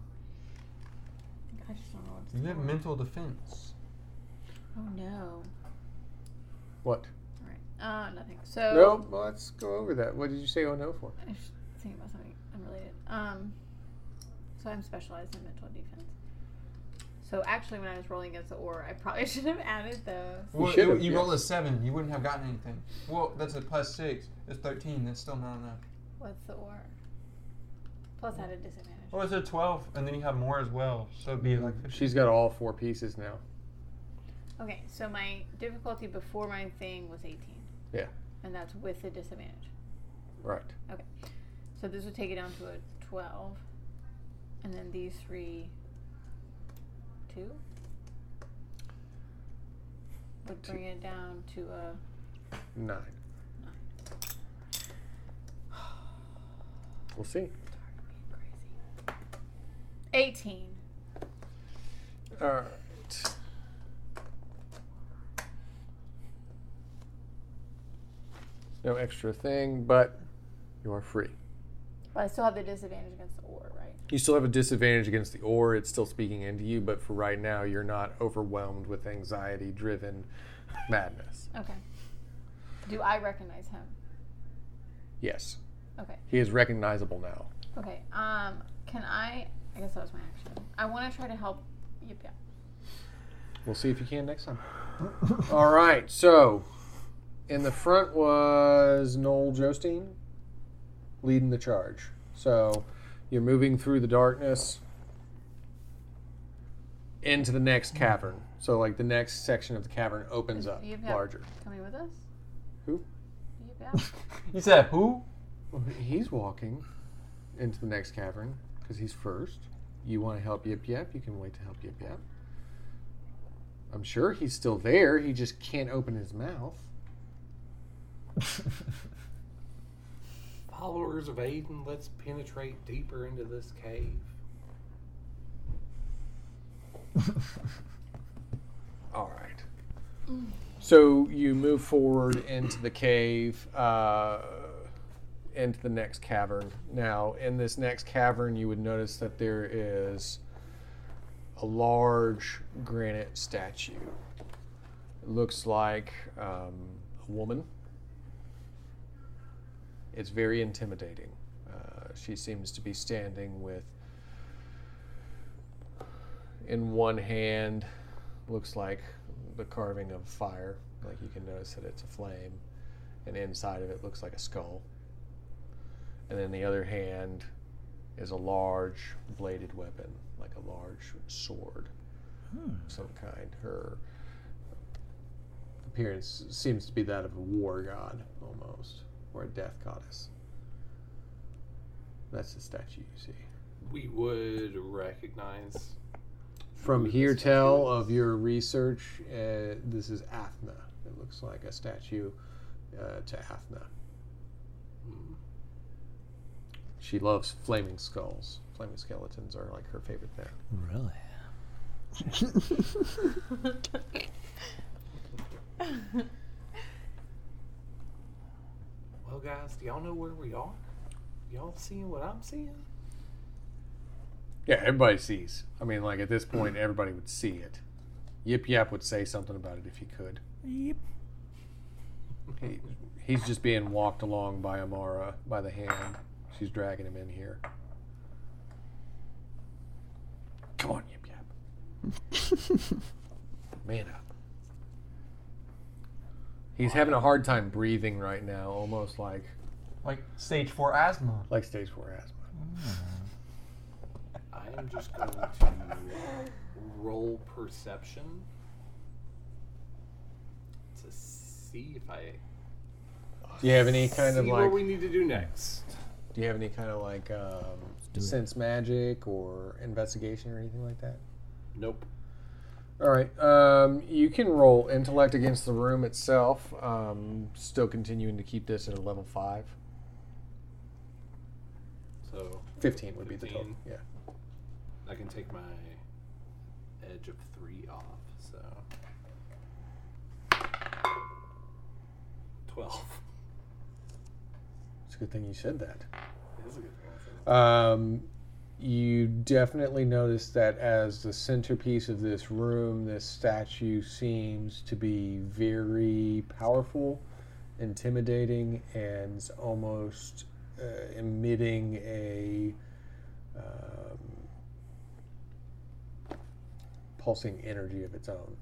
I just don't know what. You have mental defense. Oh no. What? All right. Uh, nothing. So. No, well, let's go over that. What did you say oh no for? I was just thinking about something unrelated. Um, so I'm specialized in mental defense. So actually, when I was rolling against the or, I probably should have added those. Well, should you have, you yes. roll a seven, you wouldn't have gotten anything. Well, that's a plus six. It's thirteen. That's still not enough. What's the or? Plus, at a disadvantage. Well, it's a twelve, and then you have more as well. So it'd be like Mm, She's got all four pieces now. Okay, so my difficulty before my thing was 18. Yeah. And that's with the disadvantage. Right. So this would take it down to a 12. And then these three, two, would bring it down to a. Nine. We'll see. Crazy. 18. All right. No extra thing, but you are free. But I still have the disadvantage against the or, right? You still have a disadvantage against the ore. It's still speaking into you, but for right now, you're not overwhelmed with anxiety driven madness. Okay. Do I recognize him? Yes. Okay. He is recognizable now. Okay. Um, can I? I guess that was my action. I want to try to help. Yep. yep. We'll see if you can next time. All right. So, in the front was Noel Jostein leading the charge. So, you're moving through the darkness into the next cavern. So, like the next section of the cavern opens up You've got- larger. Coming with us. Who? Yep, yep. You said who? He's walking into the next cavern because he's first. You want to help Yip Yep? You can wait to help Yip Yep. I'm sure he's still there. He just can't open his mouth. Followers of Aiden, let's penetrate deeper into this cave. All right. So you move forward into the cave, uh, into the next cavern. Now, in this next cavern, you would notice that there is a large granite statue. It looks like um, a woman. It's very intimidating. Uh, she seems to be standing with, in one hand, looks like the carving of fire. Like you can notice that it's a flame, and inside of it looks like a skull. And then the other hand is a large bladed weapon, like a large sword of some kind. Her appearance seems to be that of a war god almost, or a death goddess. That's the statue you see. We would recognize. From here tell of your research, uh, this is Athna. It looks like a statue uh, to Athna. Hmm. She loves flaming skulls. Flaming skeletons are like her favorite thing. Really? Well, guys, do y'all know where we are? Y'all seeing what I'm seeing? Yeah, everybody sees. I mean, like at this point, everybody would see it. Yip Yap would say something about it if he could. Yep. He, he's just being walked along by Amara by the hand. She's dragging him in here. Come on, Yip Yap. Man up. He's having a hard time breathing right now, almost like Like stage four asthma. like stage four asthma. I am just going to uh, roll perception to see if I Do you have any kind see of what like? we need to do next. do you have any kind of like um, do it. sense magic or investigation or anything like that? Nope. All right. Um, you can roll intellect against the room itself. Um, still continuing to keep this at a level five. So 15 would be the 15. total. Yeah. I can take my edge of three off. So twelve. It's a good thing you said that. It is a good thing. I said Um, you definitely notice that as the centerpiece of this room, this statue seems to be very powerful, intimidating, and almost uh, emitting a um, pulsing energy of its own.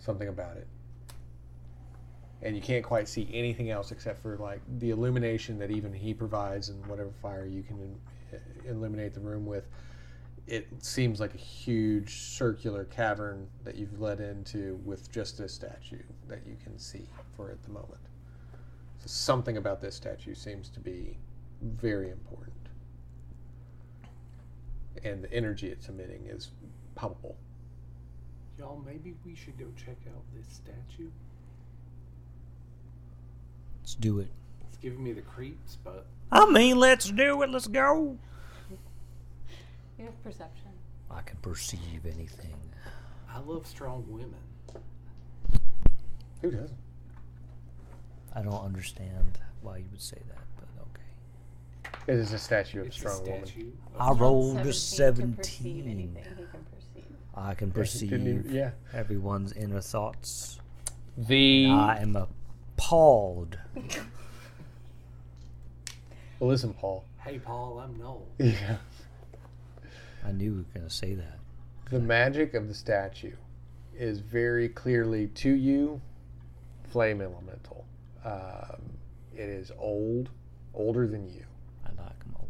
Something about it. And you can't quite see anything else except for like the illumination that even he provides and whatever fire you can uh, illuminate the room with. It seems like a huge circular cavern that you've led into with just this statue that you can see for at the moment. So something about this statue seems to be very important. And the energy it's emitting is palpable. that. Y'all, maybe we should go check out this statue. Let's do it. It's giving me the creeps, but I mean, let's do it. Let's go. You have perception. I can perceive anything. I love strong women. Who doesn't? I don't understand why you would say that, but okay. It is a statue of It's a a strong woman. statue. of- I rolled a 17 to perceive 17. anything he can perceive. I can Didn't perceive even- yeah. everyone's inner thoughts. The I am appalled Well, listen, Paul. Hey, Paul, I'm Noel. Yeah. I knew we were going to say that. The magic of the statue is very clearly to you flame elemental. Um, it is old, older than you. I like them all.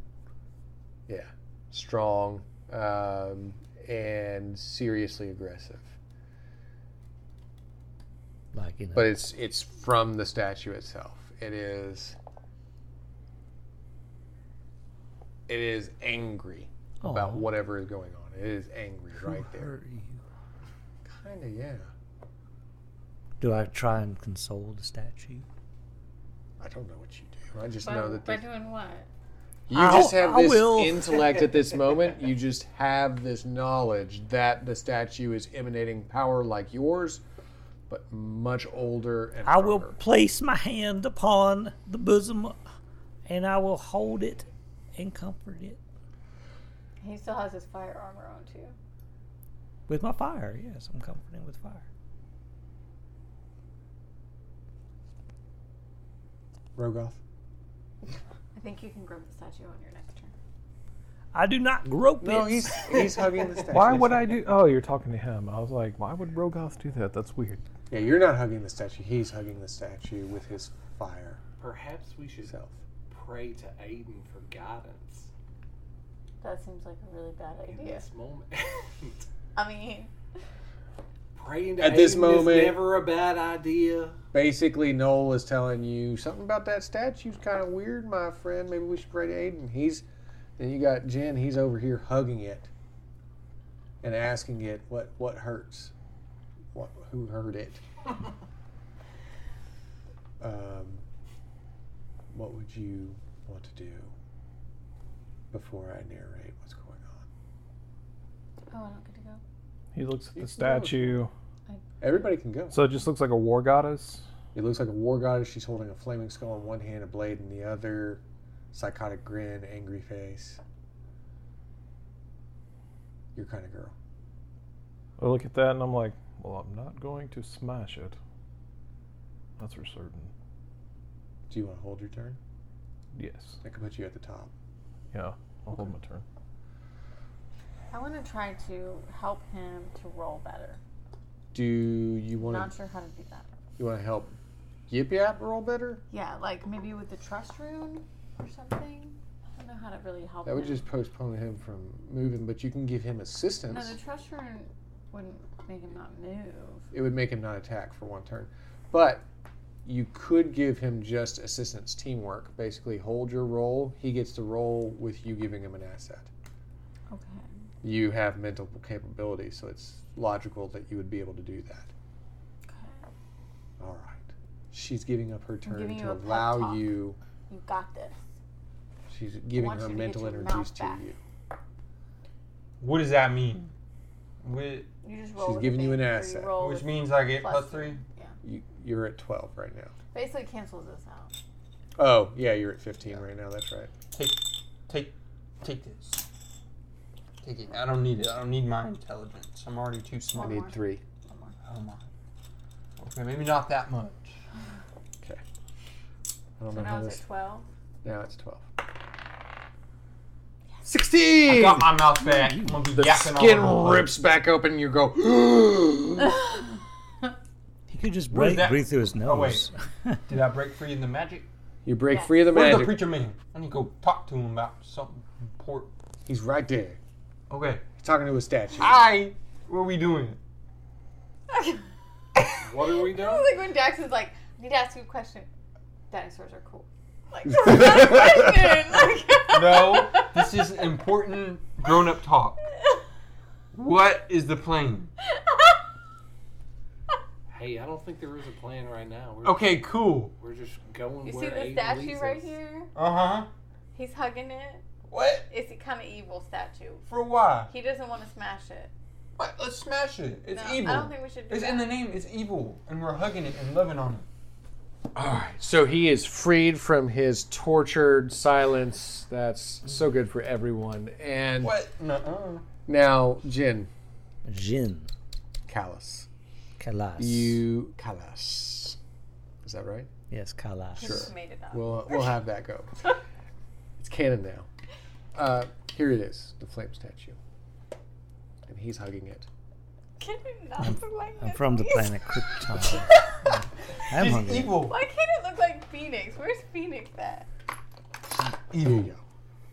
Yeah. Strong um, and seriously aggressive. Like, you know, But it's it's from the statue itself. It is it is angry about Aw. whatever is going on. It is angry right there. hurt you. Kinda yeah. Do I try and console the statue? I don't know what you do. I just By, know that by the, doing what? you I'll- just have I this will. intellect at this moment. You just have this knowledge that the statue is emanating power like yours, but much older and I will stronger. place my hand upon the bosom and I will hold it and comfort it He still has his fire armor on too. with my fire. Yes, I'm comforting with fire. Rogoth. I think you can grow the statue on your next turn. I do not grope No, it. he's he's hugging the statue. Why would I do? Oh, you're talking to him. I was like, why would Rogoth do that? That's weird. Yeah, you're not hugging the statue. He's hugging the statue with his fire Perhaps we should self. pray to Aiden for guidance That seems like a really bad in idea. this moment. I mean, Praying to At this Aiden moment- is never a bad idea. Basically, Noel is telling you something about that statue's kind of weird, my friend. Maybe we should pray to Aiden. He's and you got Jen. He's over here hugging it and asking it what what hurts, what who hurt it. um, what would you want to do before I narrate what's going on? oh, I don't get to go. He looks at You the can go. statue. Everybody can go. So it just looks like a war goddess. It looks like a war goddess. She's holding a flaming skull in one hand, a blade in the other. Psychotic grin, angry face. Your kind of girl. I look at that and I'm like, well, I'm not going to smash it. That's for certain. Do you want to hold your turn? Yes. I can put you at the top. Yeah. I'll hold my turn. I want to try to help him to roll better. Do you want Not to sure how to do that. you want to help Yip Yap roll better? Yeah, like maybe with the trust rune or something. I don't know how to really help. That would him. just postpone him from moving, but you can give him No, assistance. the trust rune wouldn't make him not move. It would make him not attack for one turn, but you could give him just assistance, teamwork. Basically, hold your roll. He gets to roll with you giving him an asset. Okay. you have mental capability, so it's logical that you would be able to do that. Okay. All right. She's giving up her turn giving you to a pep allow talk. you. You got this. She's giving want her you to get mental your energies mouth to back. you. What does that mean? Wh- You just roll. She's with giving you an advantage, or asset. You roll Which with- means I get plus plus three. you. You're at 12 right now. basically cancels this out. Oh, yeah, you're at 15 right now. That's right. Take, take, take this. Take it. I don't need it. I don't need my intelligence. I'm already too I smart. One more. need three. Oh my. Okay, maybe not that much. I don't So know now how it's this. at twelve. Now it's 12. I 16! got my mouth back. I'm gonna be The yapping skin all over the place. rips back open. You go. He could just What is breathe, that? breathe through his Oh, wait. nose. Did I break free in the magic? you break Yes. free of the Where's the magic. preacher man? I need to go talk to him about something important. He's right there. Okay. He's talking to a statue. I. What are we doing? What are we This doing? is like when Jackson's like, I need to ask you a question. Dinosaurs are cool. Like, that's not a question. Like, No, this is important grown-up talk. What is the plan? Hey, I don't think there is a plan right now. We're, Okay, cool. we're just going you see where the Aiden statue leads right us. here? Uh huh. He's hugging it. What? It's a kind of evil statue. For why? He doesn't want to smash it. What? Let's smash it. It's No, evil. I don't think we should do it's that. in the name. It's evil, and we're hugging it and loving on it. All right. So he is freed from his tortured silence. That's so good for everyone. And What? No. now, Jin Jin. Callus. Kalas. You Callus. Is that right? Yes, Kalas. He just made it up. We'll we'll have that go. It's canon now. Uh, here it is, the flame statue, and he's hugging it. Can it not look like I'm this, from the please? planet Krypton. I'm She's hungry. evil. Why can't it look like Phoenix? Where's Phoenix at? There you go.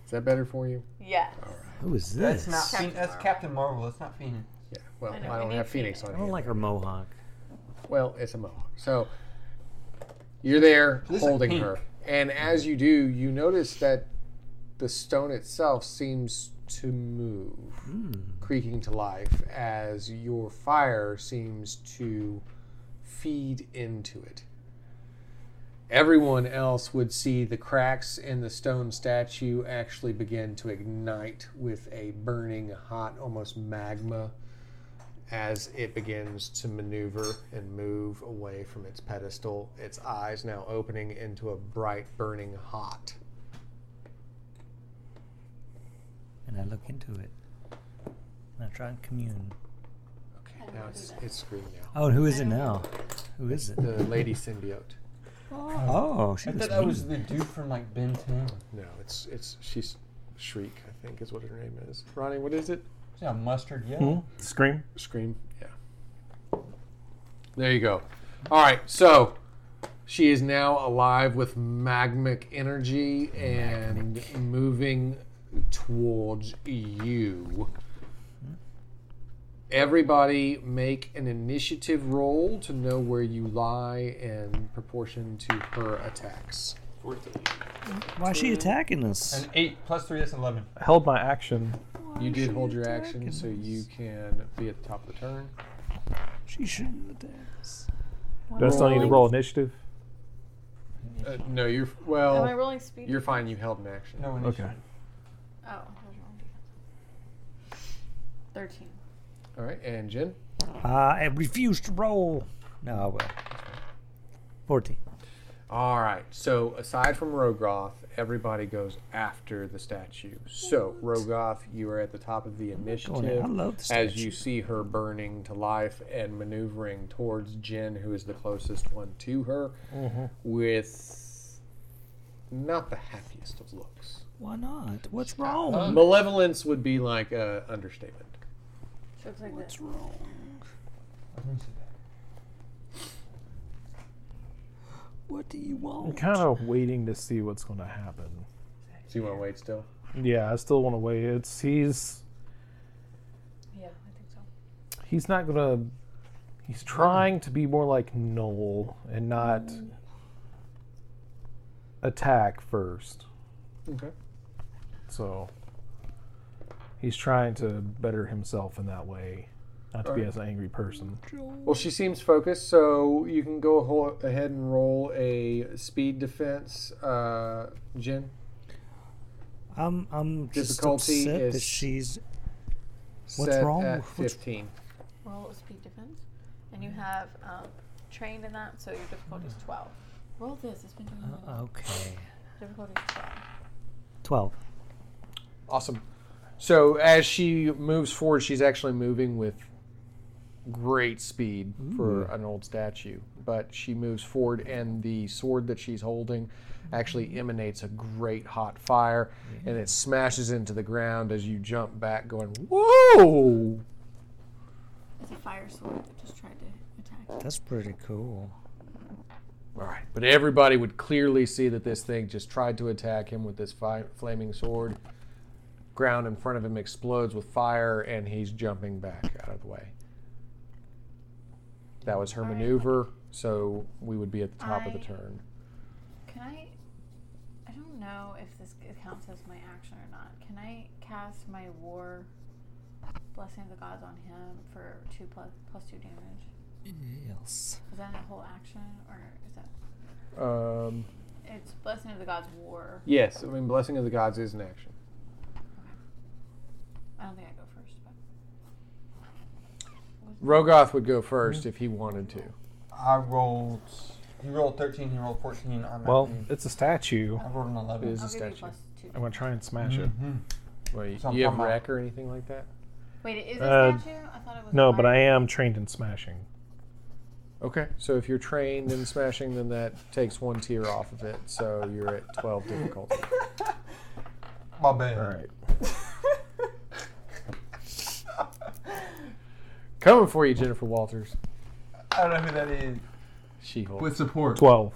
Is that better for you? Yes. Who is this? That's not. Phoen- that's Captain Marvel. That's not Phoenix. Yeah. Well, I I, know, we don't need have Phoenix on Phoenix. I don't here. like her mohawk. Well, it's a mohawk. So you're there This is holding pink. her. And as you do, you notice that the stone itself seems to move, Hmm. creaking to life, as your fire seems to feed into it. Everyone else would see the cracks in the stone statue actually begin to ignite with a burning hot, almost magma as it begins to maneuver and move away from its pedestal, its eyes now opening into a bright, burning hot. And I look into it. And I try and commune. Okay, now it's, it's screaming now. Oh, and who is it now? Who is it? The lady symbiote. Oh, she I was thought that mean. was the dude from like Ben 10. No, it's it's she's shriek. I think is what her name is. Ronnie, what is it? It's not mustard yet. Hmm? Scream. Scream. Yeah. There you go. All right. So she is now alive with magmic energy and moving towards you. Everybody make an initiative roll to know where you lie in proportion to her attacks. Why is she attacking us? An 8 plus 3, that's 11. I held my action. You did hold your action, so you can be at the top of the turn. She shouldn't attack us. Do I still need to roll initiative? Uh, no, you're Am I well. rolling speed? You're fine. You held an action. No one Okay. Oh. I was wrong. Thirteen. All right, and Jen. Uh, I refuse to roll. No, I will. 14. All right. So aside from Rogoth, everybody goes after the statue. So Rogoth, you are at the top of the there. initiative I love the as statue. you see her burning to life and maneuvering towards Jin, who is the closest one to her, Mm-hmm. with not the happiest of looks. Why not? What's Oh, wrong? Malevolence would be like an understatement. She looks like this. What do you I'm want? kind of waiting to see what's going to happen. So you want to wait still? Yeah, I still want to wait. It's he's Yeah, I think so. he's not gonna. He's trying to be more like Noel and not attack first. Okay. So he's trying to better himself in that way, not to be as an angry person. Well, she seems focused, so you can go ho- ahead and roll a speed defense, uh, Jin. I'm, I'm just Difficulty upset is that she's. What's set wrong? At What's- 15. Roll with speed defense, and you have um, trained in that, so your difficulty is twelve. Roll this. It's been doing Uh-huh. really well. Okay. Difficulty is twelve. 12. Awesome. So as she moves forward, she's actually moving with great speed for an old statue. But she moves forward, and the sword that she's holding actually emanates a great hot fire, and it smashes into the ground as you jump back, going, Whoa! It's a fire sword that just tried to attack. That's pretty cool. All right. But everybody would clearly see that this thing just tried to attack him with this fi- flaming sword. Ground in front of him explodes with fire, and he's jumping back out of the way. That was her All right. maneuver, so we would be at the top of the I- turn. Can I? I don't know if this c- counts as my action or not. Can I cast my war blessing of the gods on him for two plus plus two damage? Yes. Is that a whole action, or is that? Um, It's blessing of the gods war. yes, I mean, Blessing of the Gods is an action. I don't think I go first, but Rogoth would go first if he wanted to. I rolled. You rolled 13, he rolled 14. I'm at Well, eight. it's a statue. I rolled an 11. It is a I'll give you statue. plus two. I'm gonna try and smash it. Wait, So I'm you have talking about- wreck or anything like that? Wait, is it Uh, statue? I thought it was. No, but I am trained in smashing. Okay, so if you're trained in smashing, then that takes one tier off of it, so you're at 12 difficulty. My bad. All right. Coming for you, Jennifer Walters. I don't know who that is. She Hulk. With support. 12.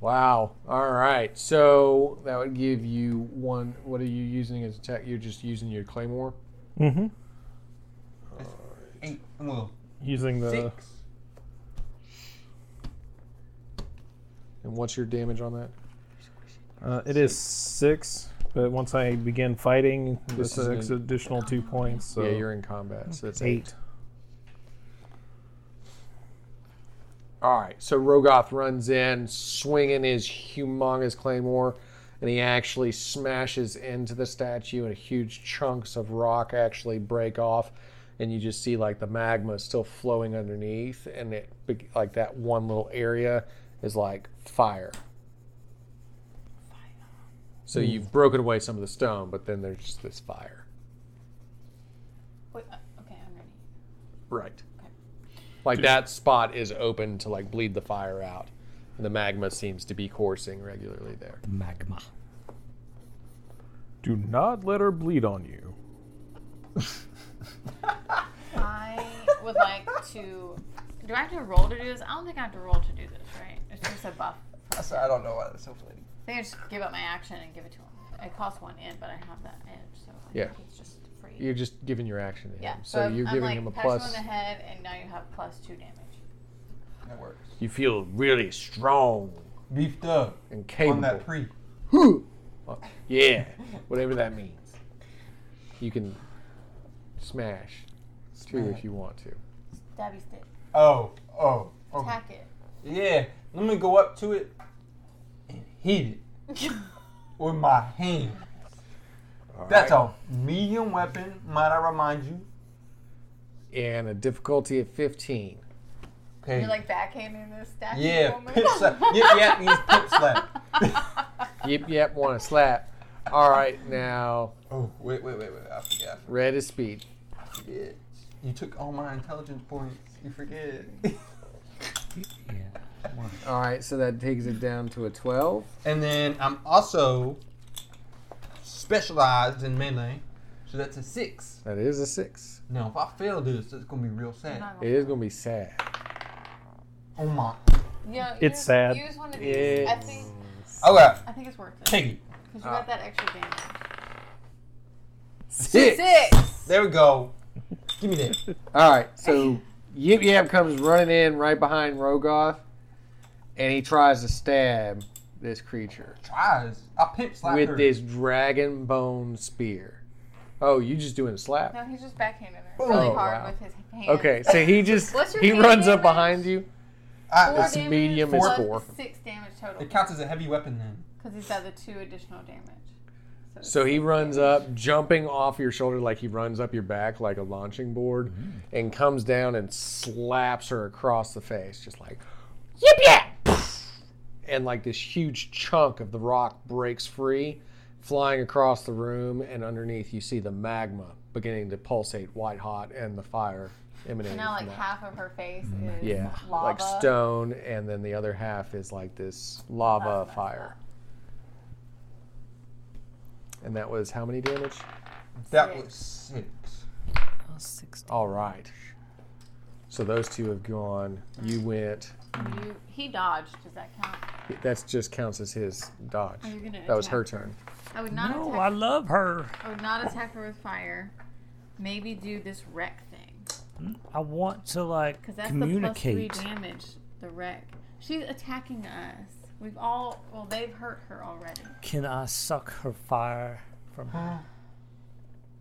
Wow. All right. So that would give you one. What are you using as attack? You're just using your claymore. Mm-hmm. Eight. Well, Using the six. And what's your damage on that? Uh, it is six, but once I begin fighting, This this is is an- additional two points. So yeah, you're in combat, so that's eight. eight. All right. So Rogoth runs in, swinging his humongous claymore, and he actually smashes into the statue, and huge chunks of rock actually break off, and you just see like the magma still flowing underneath, and it be- like that one little area is like fire. So you've broken away some of the stone, but then there's just this fire. Wait, uh, okay, I'm ready. Right. Like that spot is open to like bleed the fire out, and the magma seems to be coursing regularly there. Magma. do not let her bleed on you. I would like to. Do I have to roll to do this? I don't think I have to roll to do this, right? It's just a buff. That's- I don't know why that's so funny. I think I just give up my action and give it to him. It costs one end, but I have that edge, so I Yeah. think it's just free. You're just giving your action to him, yeah, so, I'm- you're I'm giving like, him a pass plus. on the head, and now you have plus two damage. That works. You feel really strong Beefed up and on capable. that pre. yeah, whatever that means. You can smash two if you want to. Stabby stick. Oh, oh, oh. Attack Yeah, let me go up to it and hit it it. with my hand. That's a medium weapon, might I remind you? And a difficulty of 15. Okay. You're like backhanding this statue. yeah, woman. pip slap. Yep, yep, means pip slap. Yep, yep, want to slap. All right, now Oh, wait, wait, wait, wait. I forgot. red is speed. I forget. You took all my intelligence points. You forget. All right, so that takes it down to a 12. and then I'm also specialized in melee, so that's a six. That is a six. Now, if I fail this, it's gonna be real You're sad. not It gonna- is gonna be sad. Oh my. You know, you It's just- sad. You just want to. Yeah. I think. Okay, I think it's worth it. take it. Because you got that extra damage. Six. Six. There we go. Give me that. All right, so Yip Yap comes running in right behind Rogoth, and he tries to stab this creature Tries. I pimp slap with her. this dragon bone spear. Oh, you just doing a slap? No, he's just backhanding her Boom. really Oh, hard wow. with his hand. Okay, so he just What's your he hand runs up damage? behind you. I- Four It's damage medium, plus it's four. Six damage total it counts as a heavy weapon then. because he's got the two additional damage. it's So he six runs damage. up, jumping off your shoulder like he runs up your back like a launching board, and comes down and slaps her across the face, just like, yip yap! And like this huge chunk of the rock breaks free, flying across the room, and underneath you see the magma beginning to pulsate white hot and the fire emanating. And now from like that. half of her face is yeah, lava. like stone, and then the other half is like this lava That's messed fire. And that was how many damage? That Six. was six. Oh, All right. So those two have gone. Mm. You went. You, he dodged. Does that count? That just counts as his dodge. Are Oh, you gonna That was her attack turn. I would not Oh, attack. I love her. I would not attack her with fire. Maybe do this wreck thing I want to like because that's the communicate. plus three damage. The wreck. She's attacking us. We've all well, they've hurt her already. Can I suck her fire from her?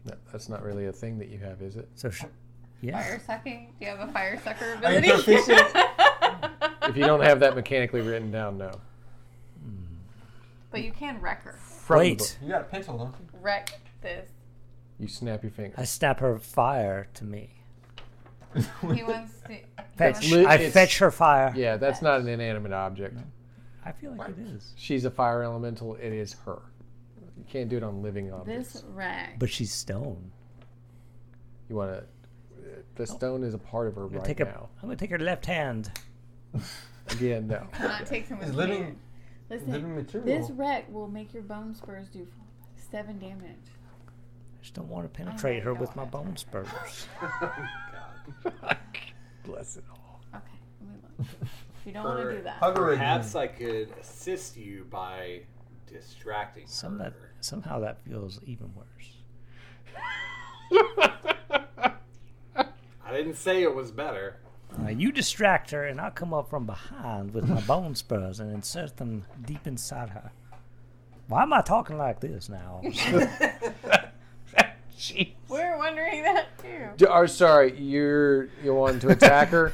No, that's not really a thing that you have, is it? So she, yeah. Fire sucking. Do you have a fire sucker Are you ability? proficient? If you don't have that mechanically written down, no. but you can wreck her. From the Wait, book. You got a pencil, don't you? Wreck this. You snap your finger. I snap her fire to me. He wants to. he Fetch. wants- lit- I it's- fetch her fire. Yeah, that's not an inanimate object. I feel like it is. She's a fire elemental. It is her. You can't do it on living objects. This wreck. But she's stone. You want to. The stone is a part of her right take her, now. I'm gonna take her left hand. Again, no. Not take someone. It's living, Listen, living material. this wreck will make your bone spurs do seven damage. I just don't want to penetrate her with Oh, my bone spurs. Bless it all. Okay, let me look. If you don't want to do that, Hug her again. Perhaps I could assist you by distracting Some of that her. somehow that feels even worse. I didn't say it was better. Uh, you distract her, and I'll come up from behind with my bone spurs and insert them deep inside her. Why am I talking like this now? we were wondering that too. D- Or sorry, you're you want to attack her?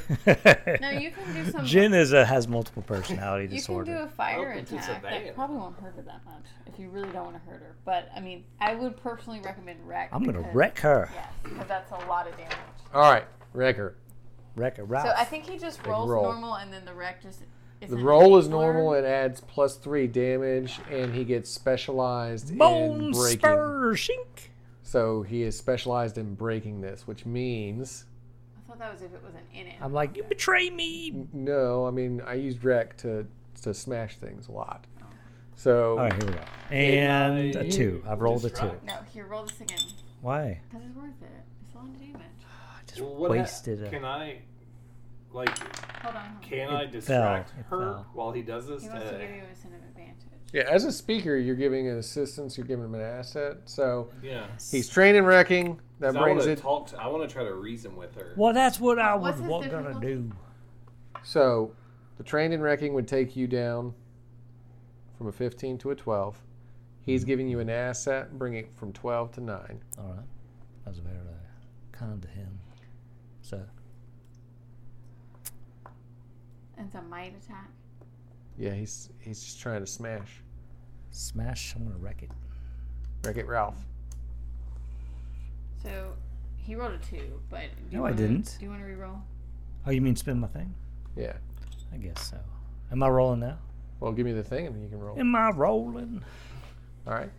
No, you can do some. Jen is a, has multiple personality you can disorder. do a fire Welcome to attack. Savannah. That probably won't hurt her that much if you really don't want to hurt her. But I mean, I would personally recommend wreck. I'm gonna because- wreck her. Yes, because that's a lot of damage. all right, wreck her. Wreck her. So Ralph. I think he just rolls roll. normal, and then the wreck just. Is Ah. The an roll is enabler. normal. It adds plus three damage, and he gets specialized in bone breaking. spur shink. So he is specialized in breaking this, which means I thought that was if it wasn't in it. I'm like, you betray me. no. I mean, I used wreck to to smash things a lot. So All right, here we go. And a two. I've rolled a two. No, here, roll this again. Why? Because it's worth it. It's a lot of damage. I just Well, what hap- wasted Can it. I, like, Hold on. Hold on. can I It distract fell. It her fell. while he does this? He wants to Uh, give you a sin of advantage. yeah, as a speaker, you're giving an assistance. You're giving him an asset. So yeah. he's trained in wrecking. That So I want brings to it. talk. To, I want to try to reason with her. Well, that's what I was What's his what gonna difficulty? do. So the trained in wrecking would take you down from a 15 to a 12. He's giving you an asset, bringing it from 12 to 9. All right. That was very kind to him. So And it's a might attack. Yeah, he's he's just trying to smash. smash. I'm gonna wreck it. Wreck it, Ralph. So he rolled a two, but do you No, I wanna- didn't. Do you want to re-roll? Oh, you mean spin my thing? Yeah. I guess so. Am I rolling now? Well, give me the thing and then you can roll. Am I rolling? All right.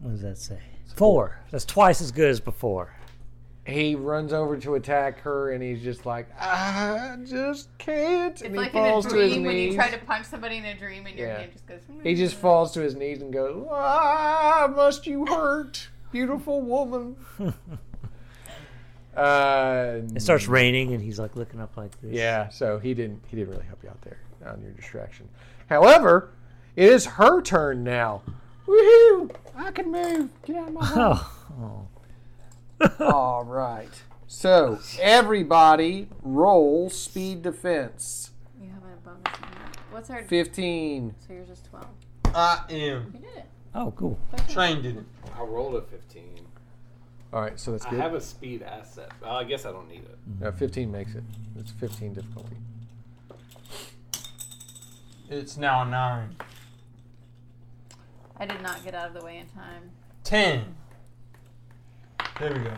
What does that say? Four. That's twice as good as before. He runs over to attack her and he's just like, I just can't. It's and he like falls in a to his dream when knees. you try to punch somebody in a dream and your Yeah. hand just goes. hmm. He just falls to his knees and goes, "Ah, must you hurt, beautiful woman?" uh, It starts raining, and he's like looking up like this. yeah, so he didn't he didn't really help you out there on your distraction. However, it is her turn now. Woohoo! I can move. Get out of my way. Oh. All right. So everybody roll speed defense. You have a bonus. on that. What's our? Fifteen. So yours is twelve. I am You did it. Oh, cool. trained in it. I rolled a 15. All right, so that's I good. have a speed asset. Well, I guess I don't need it. No, fifteen makes it. It's fifteen difficulty. It's now nine. I did not get out of the way in time. Ten. There we go.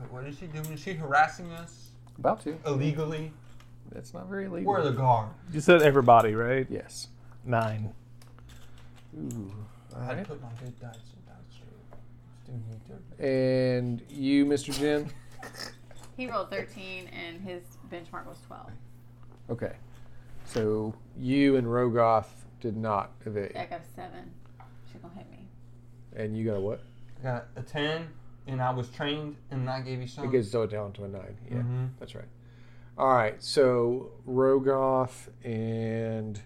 Wait, what is she doing? Is she harassing us About to. illegally? That's not very legal. We're the guard. You said everybody, right? Yes. Nine. I put my good dice in dice roll. Still need to- And you, Mr. Jim? He rolled thirteen, and his benchmark was twelve. Okay. So you and Rogoth did not evade. I got a seven. She gonna hit me. And you got a what? I got a ten, and I was trained, and I gave you some. It gets Zoe down to a nine. Yeah, Mhm. that's right. All right. So Rogoth and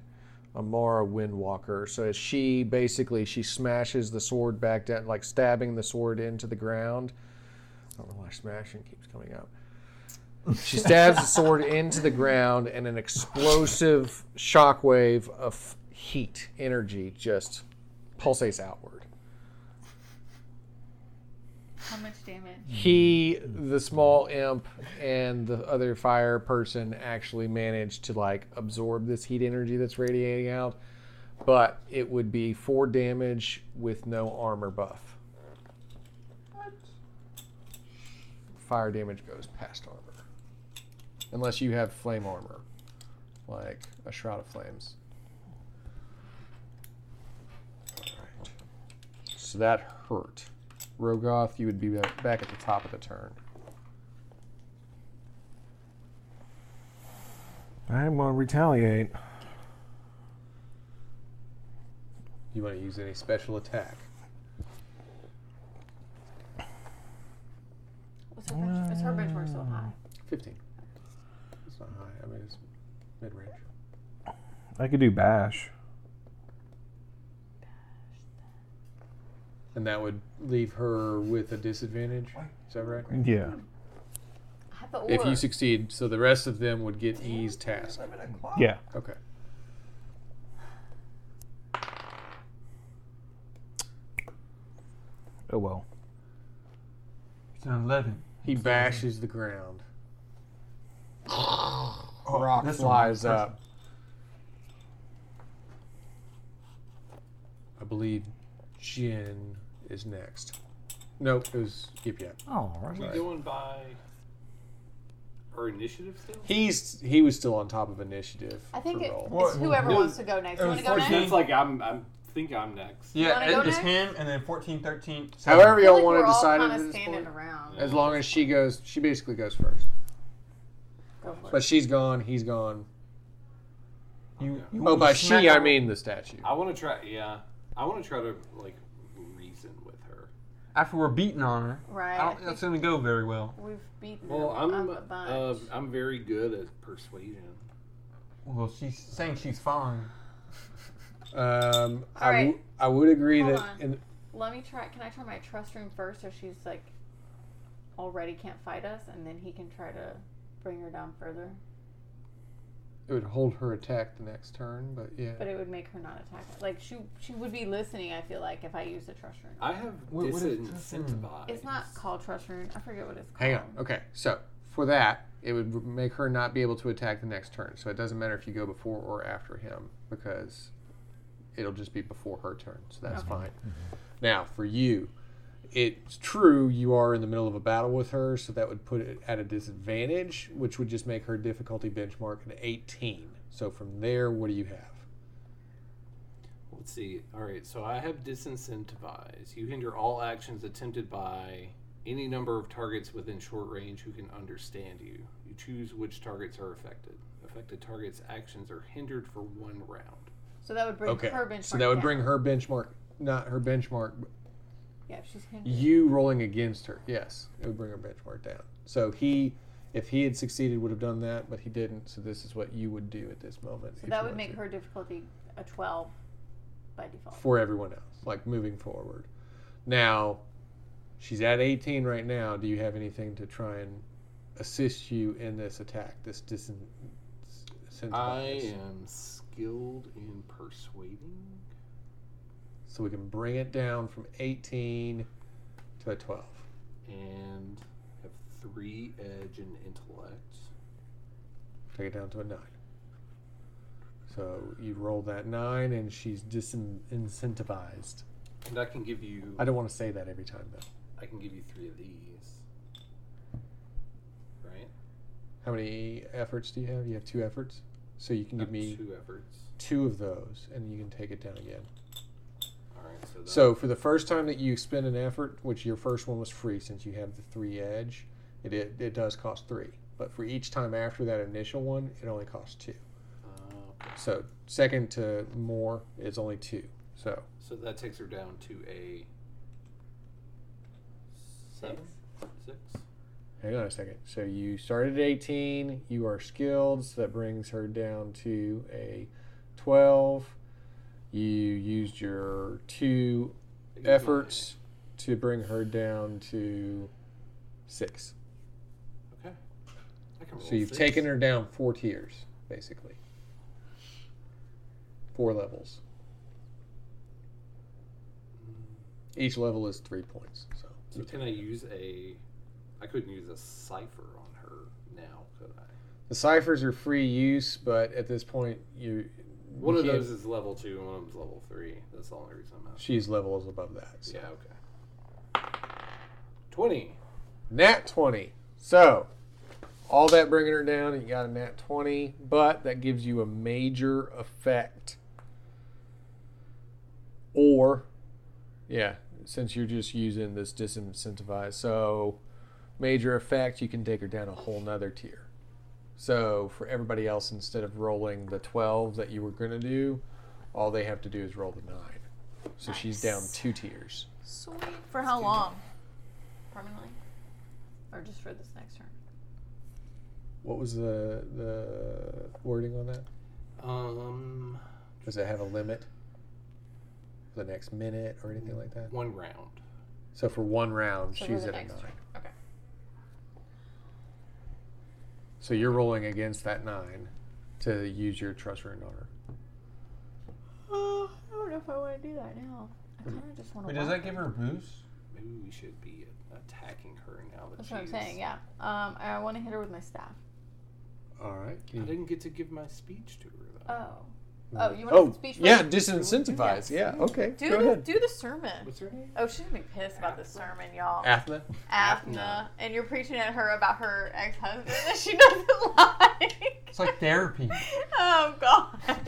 Amara Windwalker. So as she basically she smashes the sword back down, like stabbing the sword into the ground. I don't know why smashing keeps coming up. She stabs the sword into the ground, and an explosive shockwave of heat energy just pulsates outward. How much damage? he the small imp and the other fire person actually managed to like absorb this heat energy that's radiating out but it would be four damage with no armor buff fire damage goes past armor unless you have flame armor like a shroud of flames Alright. so that hurt Rogoth, you would be ba- back at the top of the turn. I'm gonna retaliate. You want to use any special attack? What's her bench? Is her benchmark so high? 15. It's not high. I mean, it's mid range. I could do bash. And that would leave her with a disadvantage. Is that right? Yeah. I have an If aura. you succeed, so the rest of them would get ease task. Yeah. Okay. Oh well. It's an 11. He bashes the ground. Rock Flies up. I believe Jin is next. No, it was Yip Yap. All We right. doing by her initiative still? He's he was still on top of initiative. I think for it, roll. it's What? whoever It wants was- to go next. it You want was to go fourteen. next? Sounds like I'm. I think I'm next. Yeah, wanna go it- it's next? him, and then 14, 13. However, I feel y'all like want we're to all decide it kind at of this standing point. around. As long as she goes, she basically goes first. Go for it. But she's gone. He's gone. You, you Oh, by smack she I her. mean the statue. I want to try. Yeah, I want to try to like reason with her. After we're beating on her, Right. I don't think that's going to go very well. We've beaten Well, them I'm up a bunch. uh, I'm very good at persuasion. Well, she's saying she's fine. Um, I, All right. w- I would agree Hold that on. in, Let me try. Can I try my trust room first, so she's like already can't fight us, and then he can try to bring her down further. it would hold her attack the next turn, but yeah. But it would make her not attack. us. Like she she would be listening. I feel like if I use the trust rune, I have What- what is- disincentivized. it's not called trust rune. I forget what it's called. Hang on. Okay, so for that, it would r- make her not be able to attack the next turn. So it doesn't matter if you go before or after him because it'll just be before her turn. So that's fine. Now for you, it's true you are in the middle of a battle with her, so that would put it at a disadvantage, which would just make her difficulty benchmark an 18. So from there, what do you have? Let's see. All right, so I have disincentivize. You hinder all actions attempted by any number of targets within short range who can understand you. You choose which targets are affected. Affected targets' actions are hindered for one round. So that would bring Okay, her benchmark. so that would down. bring her benchmark, not her benchmark, but Yeah, she's hindered. you rolling against her. Yes, it would bring her benchmark down. So he, if he had succeeded, would have done that, but he didn't. So this is what you would do at this moment. So if that you would want make to, her difficulty a twelve by default. for everyone else, like moving forward. Now, she's at 18 right now. Do you have anything to try and assist you in this attack? This disin. I incentivize? am skilled in persuading. So we can bring it down from 18 to a 12. and have three edge and intellect. Take it down to a nine. So you roll that nine, and she's disincentivized. And I can give you I don't want to say that every time though. I can give you three of these. Right? How many efforts do you have? You have two efforts, so you can give Not me two efforts. two of those, and you can take it down again. Alright, so that, So for the first time that you spend an effort, which your first one was free since you have the three edge, it it, it does cost three. But for each time after that initial one, it only costs two. uh, So second to more is only two. So so that takes her down to a seven? Six? Hang on a second. So you started at 18. You are skilled, so that brings her down to a 12. You used your two I can efforts to bring her down to six. do it. Okay. I can roll So you've six. taken her down four tiers, basically. Four levels. Each level is three points. So So can I use a I couldn't use a cipher on her now, could I? the ciphers are free use, but at this point, you One you of can't- those is level two, one of them's level three. That's the only reason I'm asking. She's levels above that. So. Yeah, okay. 20. Nat 20. So, all that bringing her down, you got a nat 20, but that gives you a major effect. Or, yeah, since you're just using this disincentivize, so major effect, you can take her down a whole nother tier. So, for everybody else, instead of rolling the 12 that you were going to do, all they have to do is roll the 9. So she's down two tiers. Sweet. For how long? Permanently? Or just for this next turn? What was the the wording on that? Um, Does it have a limit for the next minute or anything like that? one round. So for one round, So for she's the at a nine. next turn. Okay. So you're rolling against that nine to use your trust rune on her. Oh, I don't know if I want to do that now. I Hmm. kind of just want to. Wait, does that give her a boost? Maybe we should be attacking her now that That's she's. what I'm saying. Yeah. Um, I want to hit her with my staff. All right. I didn't get to give my speech to her though. Oh. Oh, you want Oh, to speech? yeah, first? disincentivize. Yeah, okay. Do Go the, ahead. do the sermon. What's her name? Oh, she's gonna be pissed about this sermon, y'all. Athna? Afna, and you're preaching at her about her ex-husband that she doesn't like. It's like therapy. oh God.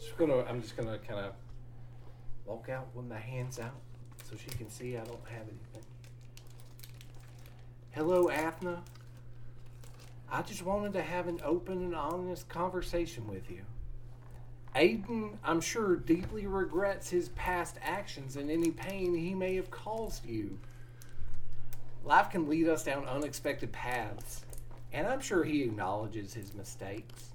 Just gonna, I'm just gonna kind of walk out with my hands out so she can see I don't have anything. Hello, Athna. I just wanted to have an open and honest conversation with you. Aiden, I'm sure, deeply regrets his past actions and any pain he may have caused you. Life can lead us down unexpected paths, and I'm sure he acknowledges his mistakes.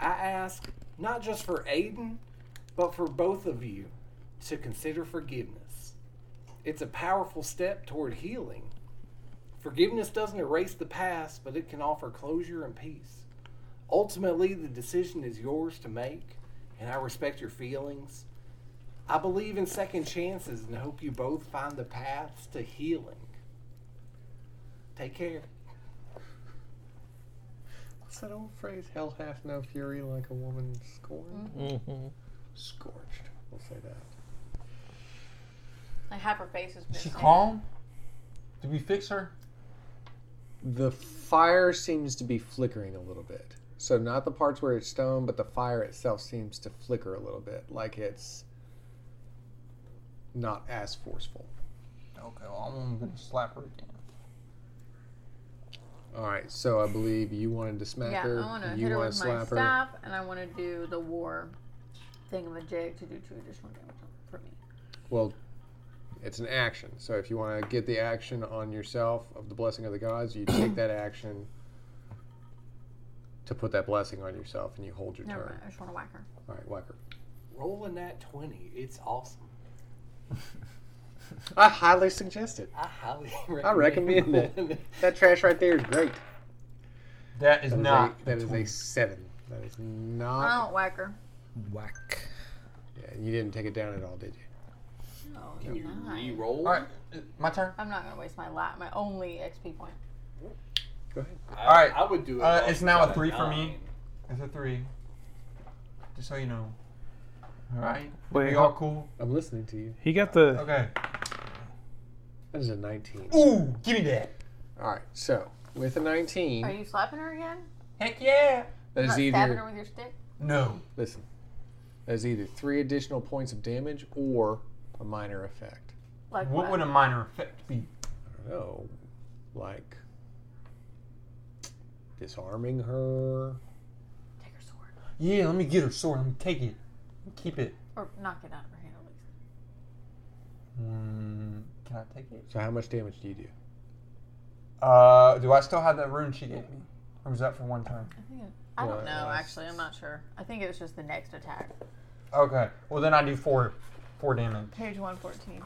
I ask not just for Aiden, but for both of you to consider forgiveness. It's a powerful step toward healing. Forgiveness doesn't erase the past, but it can offer closure and peace. Ultimately, the decision is yours to make, and I respect your feelings. I believe in second chances and hope you both find the paths to healing. Take care. What's that old phrase? Hell hath no fury like a woman scorned? Mm-hmm. Scorched. We'll say that. Like half her face is Is she missing. calm? Did we fix her? The fire seems to be flickering a little bit. So, not the parts where it's stone, but the fire itself seems to flicker a little bit, like it's not as forceful. Okay, well, I'm gonna slap her again. All right, so I believe you wanted to smack Yeah, her. I want to you hit her wanna with my staff, and I want to do the war thingamajig to do two additional damage for me. Well, it's an action. So if you want to get the action on yourself of the blessing of the gods, you take that action to put that blessing on yourself, and you hold your Never turn. mind. I just want to whack her. All right, Whacker. Rolling that 20, it's awesome. I highly suggest it. I highly recommend, recommend it. rolling That trash right there is great. That is That is not. a, that is a seven. That is I not. don't whack her. Whack. Oh. Yeah, you didn't take it down at all, did you? No, it's You nine. roll. All right, uh, my turn. I'm not gonna waste my la- my only XP point. Go ahead. I, All right. I would do it. Uh, it's now a on three for me. nine. It's a three. Just so you know. All right. Wait, we how- all cool. I'm listening to you. He got the. Okay. That is a 19. Ooh, give me that. All right, so with a Are 19, you slapping her again? Heck yeah. that Not is stabbing either her with your stick? No. Listen, there's either three additional points of damage or a minor effect. Like What would a minor effect be? I don't know, like disarming her. Take her sword. Yeah, let me get her sword. Let me take it. Keep it. Or knock it out of her hand at least. Mm, can I take it? So how much damage do you do? Uh, do I still have that rune she gave me? Or was that for one turn? I think it, I Well, don't know, uh, actually. I'm not sure. I think it was just the next attack. Okay. Well, then I do four, four damage. Page 114.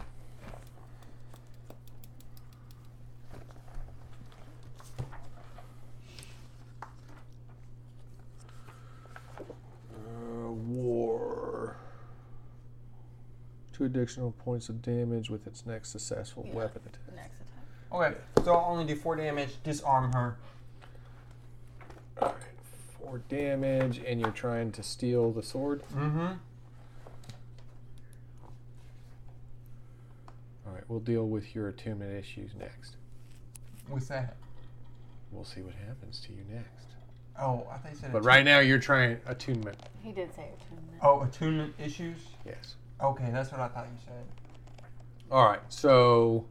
Uh, war. Two additional points of damage with its next successful Yeah. weapon attack. The next attack. Okay. So I'll only do four damage. Disarm her. All right, four damage, and you're trying to steal the sword. Mm-hmm. All right, we'll deal with your attunement issues next. What's that? We'll see what happens to you next. Oh, I thought you said. But attune- right now, you're trying attunement. He did say it. didn't he? Oh, attunement issues. Yes. Okay, that's what I thought you said. All right, so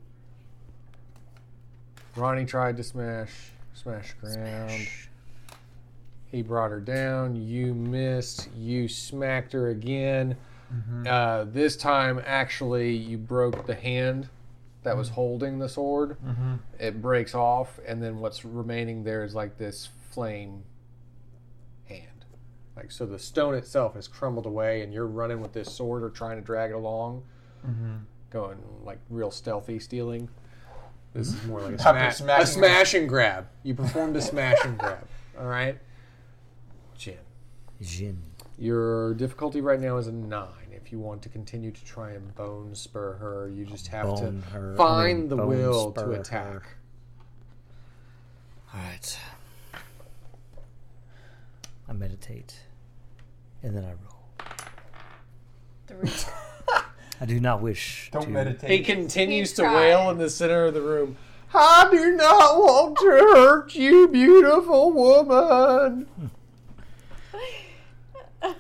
Ronnie tried to smash, smash ground. He brought her down. You missed. You smacked her again. Uh, this time, actually, you broke the hand that was holding the sword. It breaks off, and then what's remaining there is like this flame hand. Like so, the stone itself has crumbled away, and you're running with this sword or trying to drag it along, going like real stealthy stealing. This is more like a, Happy sma- a smash and grab. smash and grab. You performed a smash and grab. All right, Jin. Jin. Your difficulty right now is a nine. If you want to continue to try and bone spur her, you just have Bone to her- I find mean, the bone will spur to her. attack. All right. I meditate, and then I roll. Three. I do not wish Don't to He meditate. continues He to tried. wail in the center of the room. I do not want to hurt you, beautiful woman.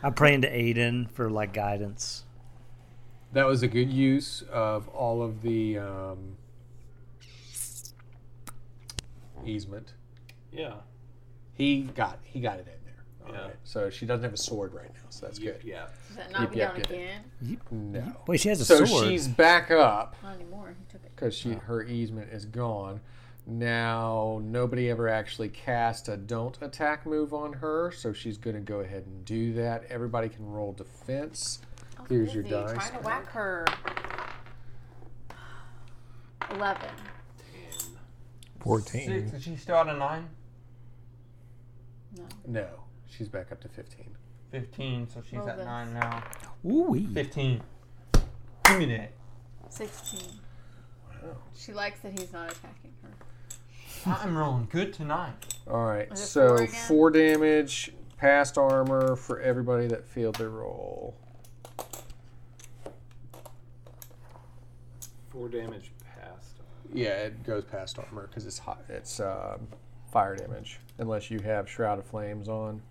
I'm praying to Aiden for like guidance. That was a good use of all of the um, easement. Yeah. He got he got it in there. All Yeah. right. So she doesn't have a sword right now, so that's good. Oh. Yeah. Does that knock Yep, me yep, down yep. again? No. Wait, she has a So sword. she's back up. Not anymore. He took it. because she her easement is gone. Now nobody ever actually cast a don't attack move on her, so she's going to go ahead and do that. Everybody can roll defense. I was Here's your busy dice. Trying Oh, to whack her. Eleven. Fourteen. Six. Is she still at a nine? No. No, she's back up to fifteen. Fifteen. So she's Roll at this. nine now. Ooh-wee. Fifteen. Give me that. Sixteen. She likes that he's not attacking her. I'm rolling good tonight. All right, Was it so four four, again? damage, past armor for everybody that failed their roll. Four damage past. Yeah, it goes past armor because it's hot. It's um, fire damage, unless you have Shroud of Flames on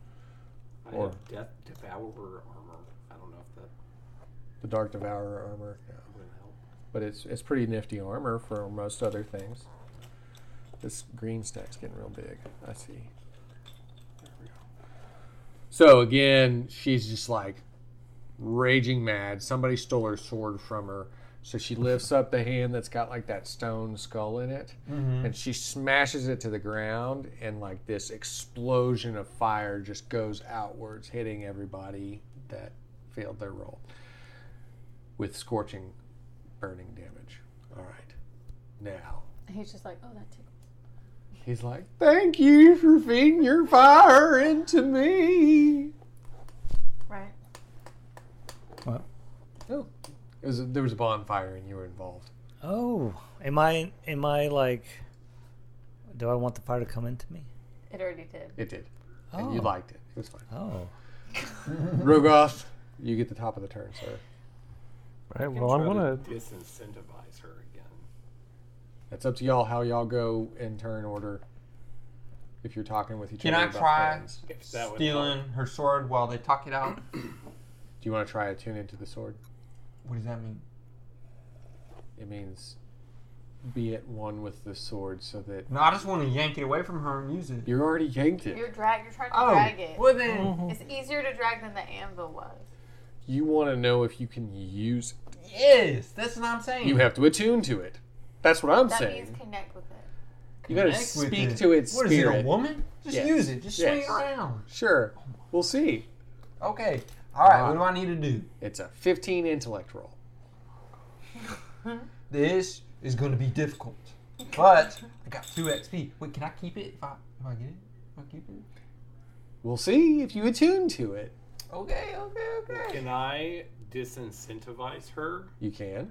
I Or- have Death Devourer armor. I don't know if that the Dark Devourer armor. No. would help. but it's it's pretty nifty armor for most other things. This green stack's getting real big. I see. There we go. So again, she's just like raging mad. Somebody stole her sword from her. So she lifts up the hand that's got like that stone skull in it and she smashes it to the ground and like this explosion of fire just goes outwards hitting everybody that failed their roll with scorching burning damage. All right. Now, And he's just like, oh, that tickles. he's like, Thank you for feeding your fire into me. Right. Oh, it was there was a bonfire and you were involved. Oh, am I? Am I like? Do I want the fire to come into me? It already did. It did. Oh. And you liked it. It was fine. Oh. Oh. Rogoth, you get the top of the turn, sir. All right. Well, I'm to gonna. disincentivize her again. It's up to y'all how y'all go in turn order. If you're talking with each Can other. I about try? plans. If that would Stealing her sword while they talk it out. Do you want to try to tune into the sword? What does that mean? It means be at one with the sword so that No, I just want to yank it away from her and use it. you're already yanked it. You're drag. You're trying to Oh, drag it. well then. It's easier to drag than the anvil was. You want to know if you can use Yes, that's what I'm saying. You have to attune to it. That's what I'm Mm. That saying. means connect with it. You gotta Connect with speak to its What is spirit. it, a woman? Just Yes. use it. Just swing Yes. it around. Sure. We'll see. Okay. All right. Wow. What do I need to do? It's a 15 intellect roll. This is going to be difficult, but I got two XP. Wait, can I keep it if I if I get it? If I keep it? We'll see if you attune to it. Okay. Okay. Okay. Can I disincentivize her? You can.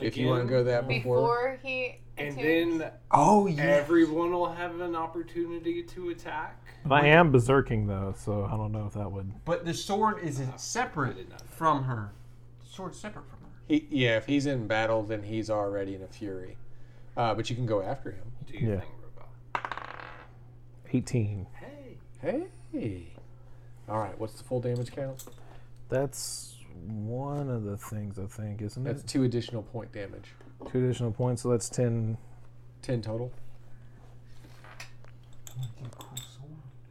If you again? want to go that before. Before he. And attunes- then Oh yeah. everyone will have an opportunity to attack. but I am berserking though, so I don't know if that would. But the sword is separate did not. from her. The sword's separate from her. He, yeah, if he's in battle, then he's already in a fury. Uh, but you can go after him. Do you Yeah. think, Robot? Eighteen. Hey. Hey. All right, what's the full damage count? That's one of the things I think, isn't That's it? two additional point damage. Two additional points, so that's ten. 10 total. Oh, you get a cool sword.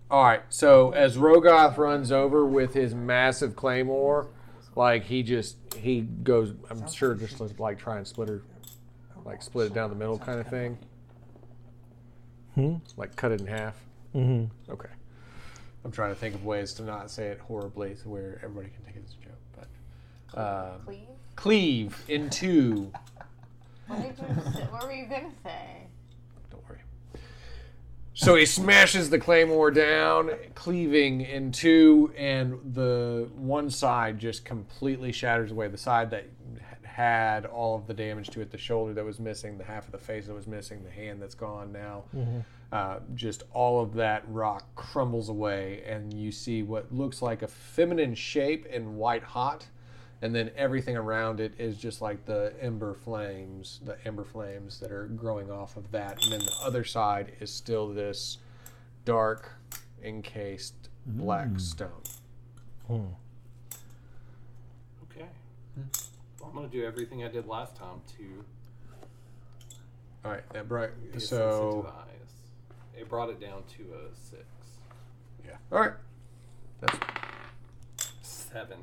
All right. So as Rogoth runs over with his massive claymore, Like he just he goes. I'm sure just like, like try and split her, like split it down the middle kind of thing. Hmm? Like cut it in half. Mm-hmm. Okay. I'm trying to think of ways to not say it horribly to where everybody can take it as a joke. But uh, Cleve? cleave in two. What, did you say? what were you going to say? Don't worry. So he smashes the claymore down, cleaving in two, and the one side just completely shatters away. The side that had all of the damage to it, the shoulder that was missing, the half of the face that was missing, the hand that's gone now. Uh, just all of that rock crumbles away, and you see what looks like a feminine shape in white hot, and then everything around it is just like the ember flames, the ember flames that are growing off of that, and then the other side is still this dark, encased black Mm. stone. Okay. Well, I'm gonna do everything I did last time to All right, that bright. So desensitize. It brought it down to a six, yeah, all right. That's seven.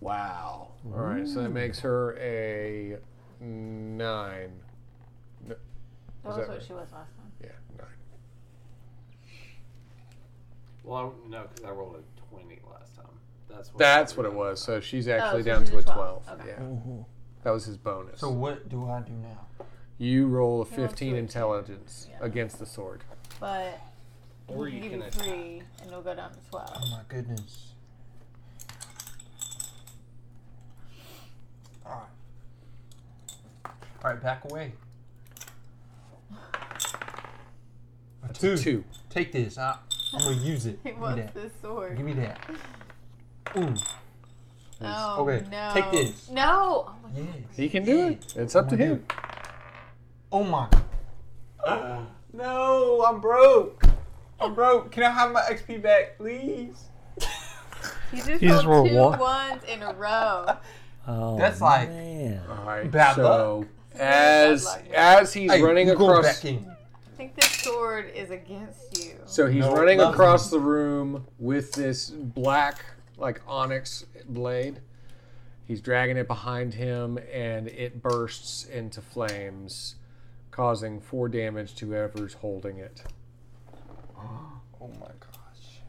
Wow. All right, so that makes her a nine. That was that what right? she was last time. Yeah, nine. Well, I don't know because I rolled a twenty last time. That's what. That's what it was. So she's actually Oh, so down she's to a a 12. 12. Okay. Yeah. That was his bonus. Mm-hmm. So what do I do now? you roll a 15 15. intelligence Yeah. against the sword. But Or we you can give can you attack. three, and it'll go down to 12. Oh my goodness. Alright. Alright, back away. A two. Two. Take this. I, I'm gonna use it. He Give me wants that. this sword. Give me that. Ooh, Oh, Okay, no. take this. No! Oh my yes. He can do it. It's up to Yeah. him. Oh my. No, I'm broke. I'm broke. Can I have my XP back, please? He just He just rolled rolled two one. ones in a row. Oh, That's like- man. All right. Bad so luck. as Bad luck. as he's Hey, running you go across back in. I think this sword is against you. So he's No, running nothing. across the room with this black, like onyx blade. He's dragging it behind him, and it bursts into flames, causing four damage to whoever's holding it. Oh my gosh.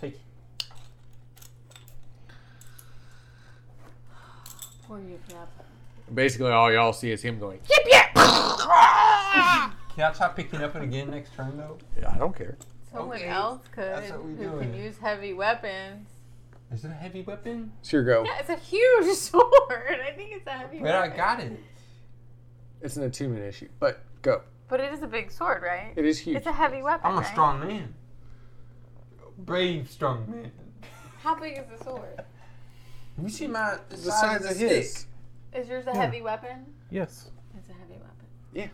Take it. Poor you, Jeff. Basically, all y'all see is him going. Can I try picking up it again next turn though? Yeah, I don't care. Someone Okay, else could. that's what we who doing. can use heavy weapons. Is it a heavy weapon? It's your go. Yeah, it's a huge sword. I think it's a heavy But I weapon. got it. It's an attunement issue, but go. But it is a big sword, right? It is huge. It's a heavy weapon. I'm a right? strong man. Brave strong man. How big is the sword? Have you seen my the the size, size of of the his. stick? Is yours a heavy weapon? Yes. It's a heavy weapon.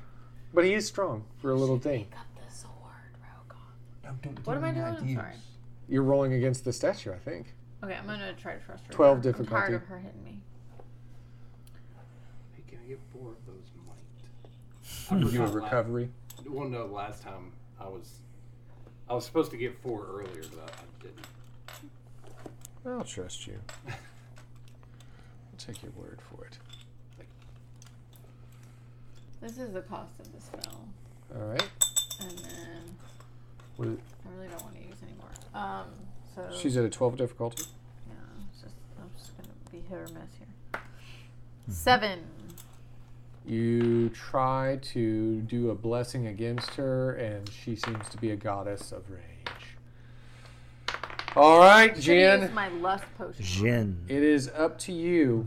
But he is strong for a little thing. Pick up the sword, Rogar. No, don't give What am me I any doing? I'm ideas. sorry. You're rolling against the statue, I think. Okay, I'm gonna try to trust her. 12 I'm tired difficulty. of her hitting me. Hey, can I get four of those might? You do a forgot recovery. last- Well, no. Last time I was, I was supposed to get four earlier, but I didn't. I'll trust you. I'll take your word for it. This is the cost of the spell, All right. and then What is- I really don't want to use anymore. Um, so She's at a 12 difficulty. yeah, it's just I'm just gonna be hit or miss here. Seven. You try to do a blessing against her, and she seems to be a goddess of rage. All right, Should've used Jen, my lust potion. Jin. it is up to you.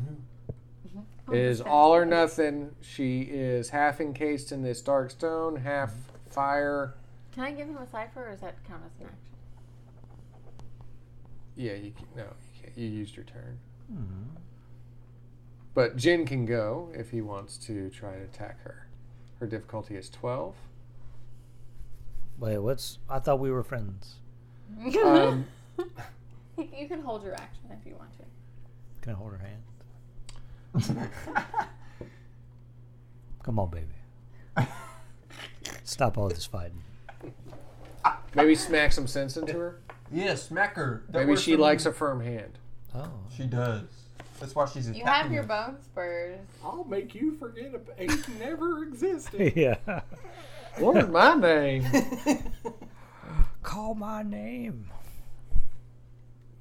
Oh, It is okay. all or nothing. She is half encased in this dark stone, half fire. Can I give him a cipher, or is that count as an action? Yeah, you can, no, you can't. You used your turn. Mm-hmm. But Jin can go if he wants to try and attack her. Her difficulty is 12. Wait, what's? I thought we were friends. Um, You- you can hold your action if you want to. Can I hold her hand? Come on, baby. Stop all this fighting. maybe smack some sense into her. Yeah, smack her. That Maybe works she for me. likes a firm hand. Oh. She does. That's why she's You attacking have your us. bone spurs. I'll make you forget ab- it never existed. yeah. What was my name? Call my name.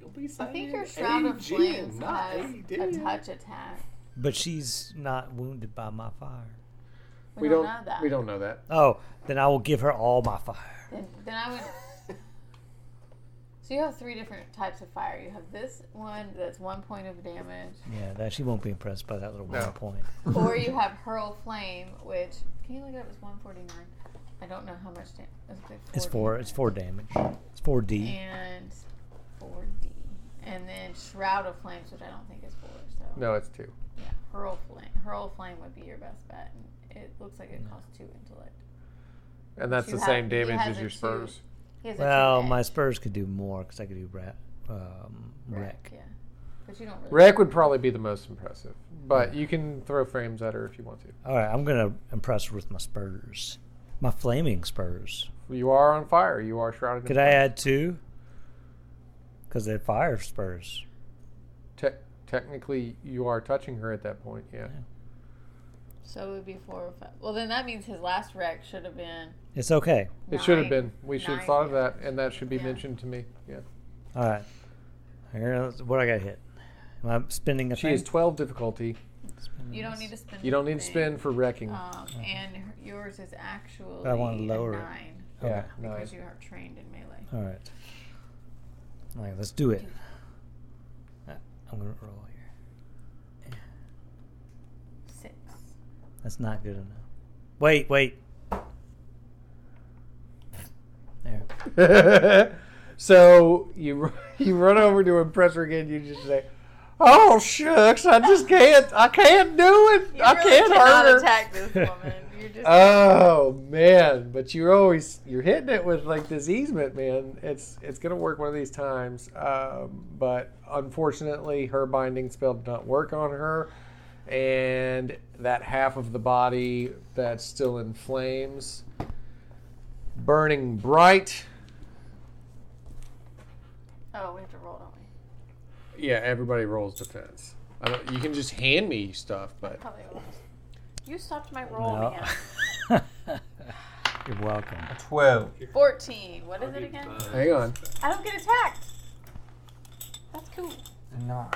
You'll be I saying think your shroud of AG, flames not has a AD. touch attack. But she's not wounded by my fire. We, We don't, don't. know that. We don't know that. Oh, then I will give her all my fire. Then, then I would. So you have three different types of fire. You have this one that's one point of damage, Yeah, that she won't be impressed by that little one point. or you have hurl flame, which can you look it up? It's one forty nine. I don't know how much damage. It's four. It's four damage. It's four D. and four D, and then shroud of flames, which I don't think is four. So No, it's two. yeah, hurl flame. Hurl flame would be your best bet. And it looks like it costs two intellect. And that's You the have- same he damage has as a your two. spurs. He has a Well, 2A. my spurs could do more because I could do rat, um, wreck. Yeah, but you don't really. Wreck would probably be the most impressive, but you can throw frames at her if you want to. All right, I'm gonna impress her with my spurs, my flaming spurs. You are on fire. You are shrouded. in Could I add two? Because they're fire spurs. Te- technically, you are touching her at that point. Yeah. So it would be four or five. Well, then that means his last wreck should have been. It's okay. It should have nine. been. We should have nine thought of that, and that should be Yeah. mentioned to me. Yeah. All right. Here's what I got hit. Am I spending a She thing? is 12 difficulty. You don't need to spend. You don't need to anything. spend for wrecking. Um, and her- yours is actually I wanna lower a it. nine yeah. because Nice. you are trained in melee. All right. All right, let's do it. Uh, I'm gonna roll here. Six. That's not good enough. Wait, wait. There. so you you run over to impress her again. You just say, "Oh shucks, I just can't. I can't do it. You I really can't cannot hurt her." attack this woman. You're just. Oh man, but you're always you're hitting it with like this easement, man. It's it's gonna work one of these times. Um, but unfortunately, her binding spell did not work on her, and that half of the body that's still in flames, burning bright. oh, we have to roll, don't we? Yeah, everybody rolls defense. I don't, you can just hand me stuff, but Probably roll. You stopped my roll No. again. You're welcome. Twelve. Fourteen. What is it again? hang on. I don't get attacked. That's cool. Nine.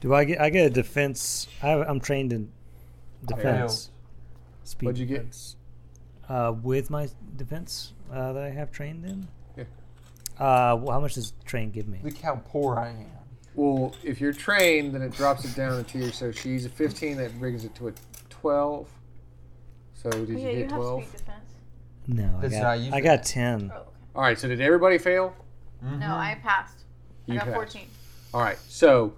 Do I get? I get a defense. I, I'm trained in defense. Speed What'd you get? defense. Uh, with my defense uh, that I have trained in. Yeah. Uh, well, how much does train give me? Look how poor I am. Well, if you're trained, then it drops it down a tier. So she's a 15, that brings it to a 12. So did you yeah, you hit have 12? speed defense. No, I That's got, not you for I got ten. Oh, okay. All right, so did everybody fail? Mm-hmm. No, I passed. I You got passed. 14. All right, so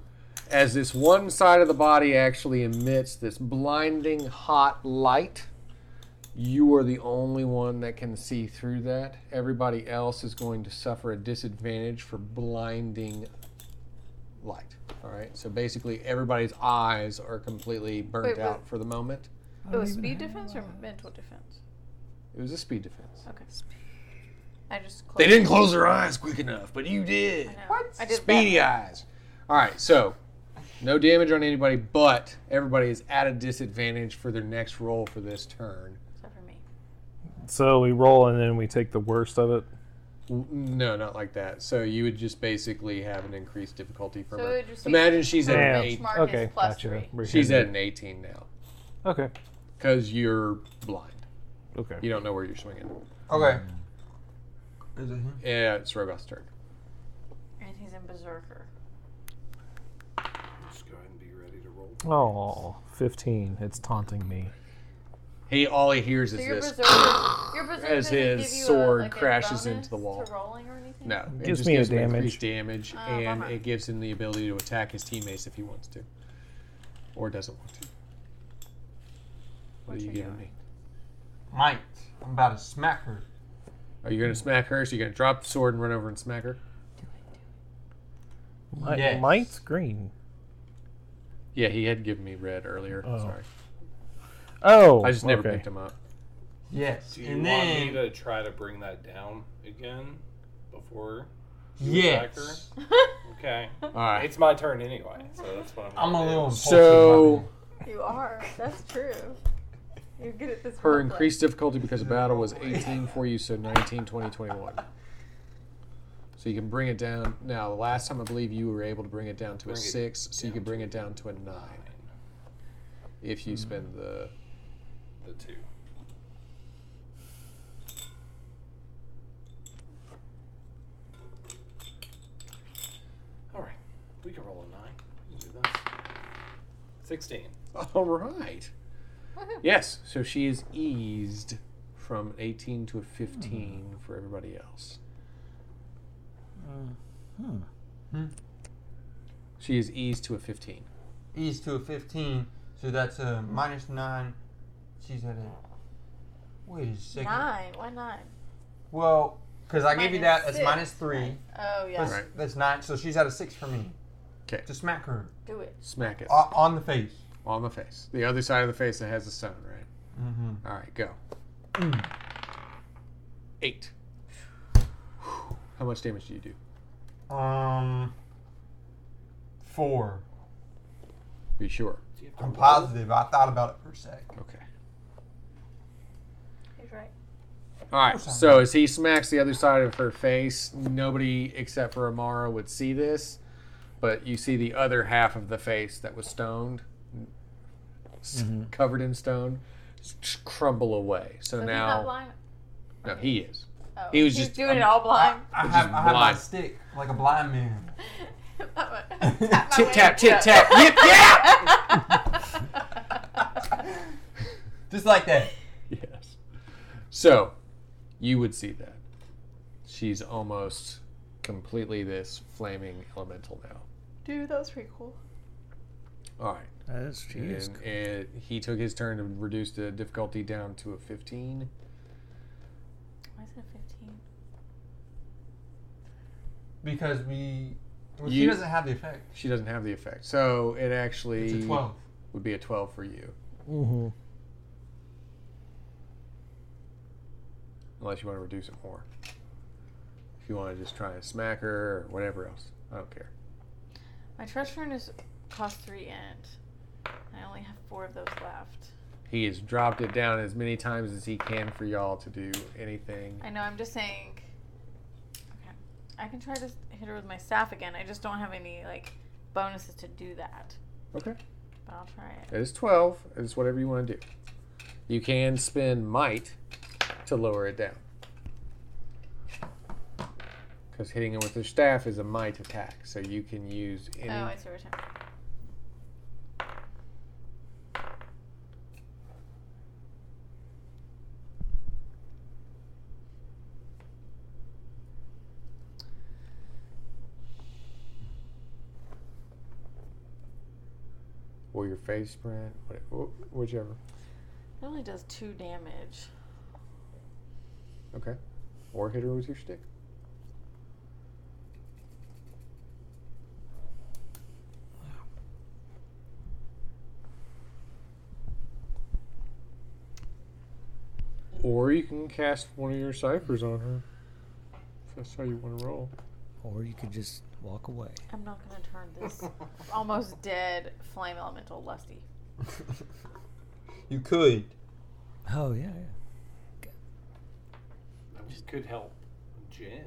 as this one side of the body actually emits this blinding hot light, you are the only one that can see through that. Everybody else is going to suffer a disadvantage for blinding light. All right, so basically everybody's eyes are completely burnt Wait, wait. out for the moment. It was speed defense or mental defense? It was a speed defense. Okay. I just closed. They didn't close their eyes quick enough, but you did. What? I did Speedy eyes. All right, so no damage on anybody, but everybody is at a disadvantage for their next roll for this turn. Except for me. So we roll and then we take the worst of it. W- No, not like that. So you would just basically have an increased difficulty from So her. it just be- Imagine she's at Yeah. an Reach eight. mark is Okay, plus gotcha. three. We're She's at hitting an eighteen now it. Okay. because you're blind. Okay. You don't know where you're swinging. Okay. Is it him? Yeah, it's Rogoth's turn. And he's in Berserker. Just go ahead and be ready to roll. Oh, 15. It's taunting me. He all he hears So is your this. Berserker, your Berserker As doesn't his give you a, sword like, a crashes bonus into the wall. To rolling or anything? No, it Gives just me a gives him damage. increased damage, Oh, and bummer. it gives him the ability to attack his teammates if he wants to, or doesn't want to. What, are you you giving doing? me? Might. I'm about to smack her. Are you gonna smack her? So you gonna drop the sword and run over and smack her? Might, Yes. Might's green. Yeah, he had given me red earlier. Oh. Sorry, Oh. I just never okay. picked him up. Yes. Do you and want then me to try to bring that down again before Yes. Okay. All right. It's my turn anyway, so that's what I'm. I'm a gonna little impulsive. So You are. That's true. You're good at this. her role play. increased difficulty because of battle was 18 for you, so 19, 20, 21. So you can bring it down. Now, the last time I believe you were able to bring it down to a Bring it six, so you down can to bring it down to a nine if you spend the. do The two. All right, we can roll a nine. We can do this. Sixteen. All right. Yes, so she is eased from 18 to a 15 for everybody else. She is eased to a 15. East to a 15, so that's a minus 9. She's at a. Wait a second. Nine. Why nine? Well, because I gave you Minus that as six. minus 3. Oh yeah. That's, Right. that's 9, so she's at a 6 for me. 'Kay. To smack her Do it. Smack it o- on the face. on the face. The other side of the face that has the stone, right? Mm-hmm. All right, go. Eight. How much damage do you do? Um, four. Be sure. Do you have to I'm roll? positive. I thought about it for a sec. Okay. He's right. All right. So as he smacks the other side of her face, nobody except for Amara would see this, but you see the other half of the face that was stoned, s- covered in stone, s- crumble away. So, So he's not now, blind. no, he is. Oh, He was he's just- doing I'm- it all blind. I Which have, is I have my blind. stick like a blind man. Tip tap, tip tap, yip yap. Just like that. Yes. So, you would see that. She's almost completely this flaming elemental now. Dude, that was pretty cool. All right. That's she is And it, he took his turn to reduce the difficulty down to a 15. Why is it fifteen? Because we. Well, she You- doesn't have the effect. She doesn't have the effect. So it It's actually a 12. would be a 12 for you. Mm-hmm. Unless you want to reduce it more. If you want to just try and smack her or whatever else. I don't care. My trash furnace costs three and I only have four of those left. He has dropped it down as many times as he can for y'all to do anything. I know, I'm just saying. Okay. I can try to s- hit her with my staff again. I just don't have any, like, bonuses to do that. Okay. But I'll try it. It is 12. It's whatever you want to do. You can spend might to lower it down. Because hitting it with your staff is a might attack, so you can use any. Oh, I see what you're saying. or your face print, wh- wh- whichever. It only does two damage. Okay. Or hit her with your stick. Or you can cast one of your ciphers on her. If that's how you want to roll. Or you could just walk away. I'm not going to turn this almost dead flame elemental lusty. You could. Oh yeah, We could help Jen.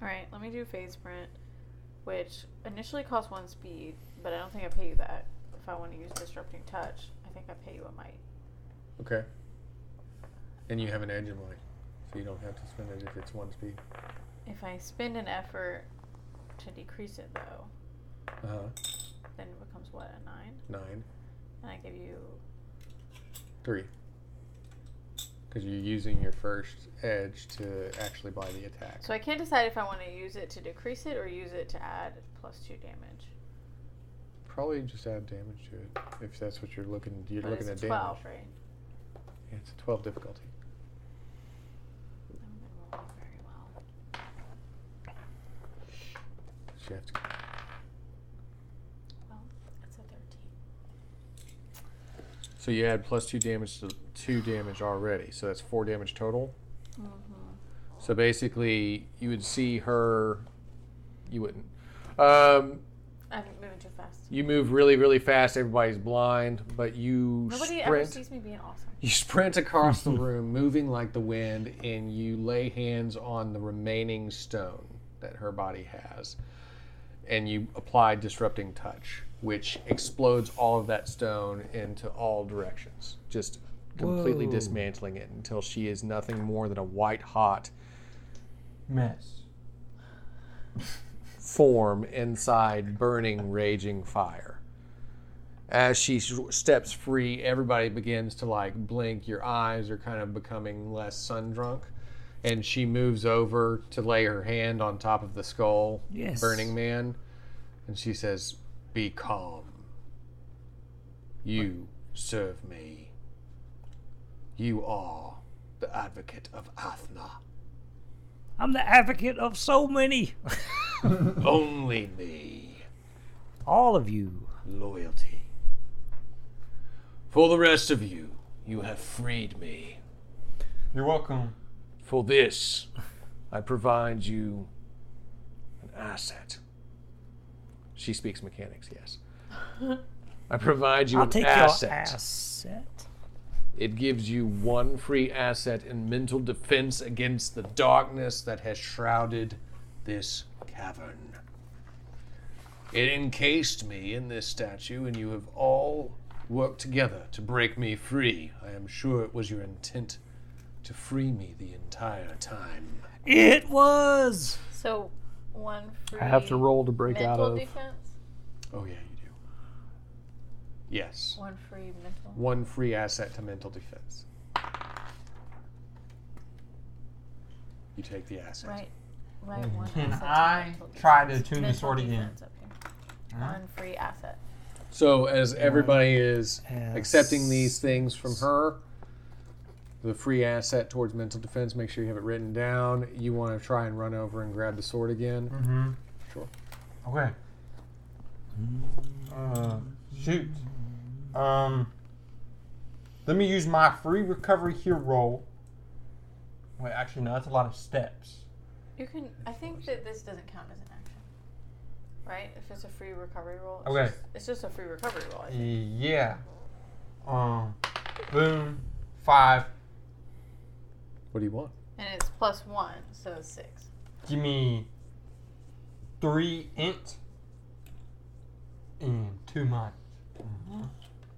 Alright, let me do phase sprint, which initially costs one speed, but I don't think I pay you that if I want to use disrupting touch. I think I pay you a might. Okay. And you have an edge in light. So you don't have to spend it if it's one speed. If I spend an effort to decrease it, though, Uh huh. then it becomes what, a nine? Nine. And I give you. Three. Because you're using your first edge to actually buy the attack. So I can't decide if I want to use it to decrease it or use it to add plus two damage. Probably just add damage to it if that's what you're looking. You're but looking it's at a 12, damage. right? Yeah, it's a twelve difficulty. I haven't been rolling very well. So you have to- Well, it's a 13. So you add plus two damage to two damage already. So that's four damage total. Mm-hmm. So basically, you would see her. You wouldn't. Um, I'm moving too fast. you move really, really fast. Everybody's blind, but you Nobody ever sprint. sees me being awesome. You sprint across the room, moving like the wind, and you lay hands on the remaining stone that her body has. And you apply disrupting touch, which explodes all of that stone into all directions, just completely Whoa. dismantling it until she is nothing more than a white hot Mess. form inside burning, raging fire. As she s- steps free, everybody begins to like blink. Your eyes are kind of becoming less sun drunk. And she moves over to lay her hand on top of the skull, Yes. Burning Man. And she says, Be calm. You serve me. You are the advocate of Athna. I'm the advocate of so many. Only me. All of you. loyalty. For the rest of you, you have freed me. You're welcome. For this, I provide you an asset. She speaks mechanics, yes. I provide you I'll an take asset. your asset. It gives you one free asset in mental defense against the darkness that has shrouded this cavern. It encased me in this statue, and you have all worked together to break me free. I am sure it was your intent to free me the entire time. It was. So one free. I have to roll to break out mental of. defense. Oh, yeah, you do. Yes. One free mental. One free asset to mental defense. You take the asset. Right. Right. One. Can asset to I mental defense. try to tune the Mental sword again? defense up here. One free asset. So as everybody is Yes. accepting these things from her, the free asset towards mental defense, make sure you have it written down. You want to try and run over and grab the sword again. Mm-hmm. Sure. Okay. Uh, shoot. Um. Let me use my free recovery here roll. Wait, actually, no, that's a lot of steps. You can. I think that this doesn't count as an action, right? If it's a free recovery roll. It's Okay. Just, it's just a free recovery roll. I think. Yeah. Um. Boom. Five. What do you want? And it's plus one, so it's six. Give me three int and two mine.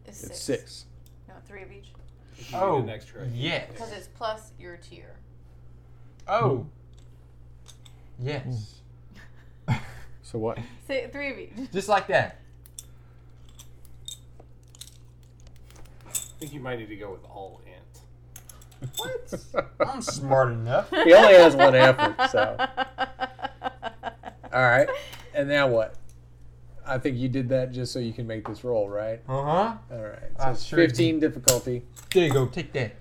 It's six. It's six. No, three of each. If you get Oh, an extra. yes. Because it's plus your tier. Oh. Yes. So what? Si three of each. Just like that. I think you might need to go with all int. I'm smart enough. he only has one effort, so all right. And now what? I think you did that just so you can make this roll, right? Uh huh. All right. So I it's sure did. 15 difficulty. There you go. Take that.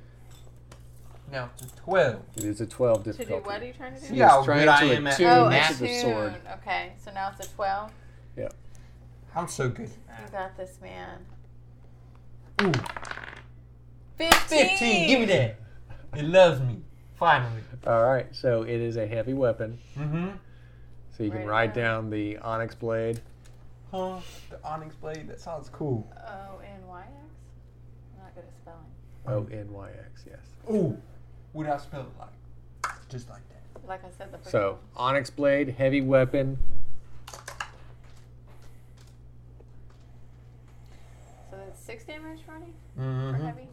Now it's a 12. It is a 12 to difficulty. do what are you trying to do? He Yeah, is how good trying I to am at- attune Oh, the massive attune. sword. Okay, so now it's a 12. I'm so good. You got this, man. Ooh. 15! 15. Give me that. It loves me. Finally. All right. So it is a heavy weapon. Mm So you can Right. write down the onyx blade. hmm. Huh? The Onyx Blade. That sounds cool. O N Oh, Y X? I'm not good at spelling. O N Y X, yes. Ooh. What did I spell it like? Just like that. Like I said, the first So one. onyx blade, heavy weapon. So that's 6 damage, Ronnie? For Mm heavy?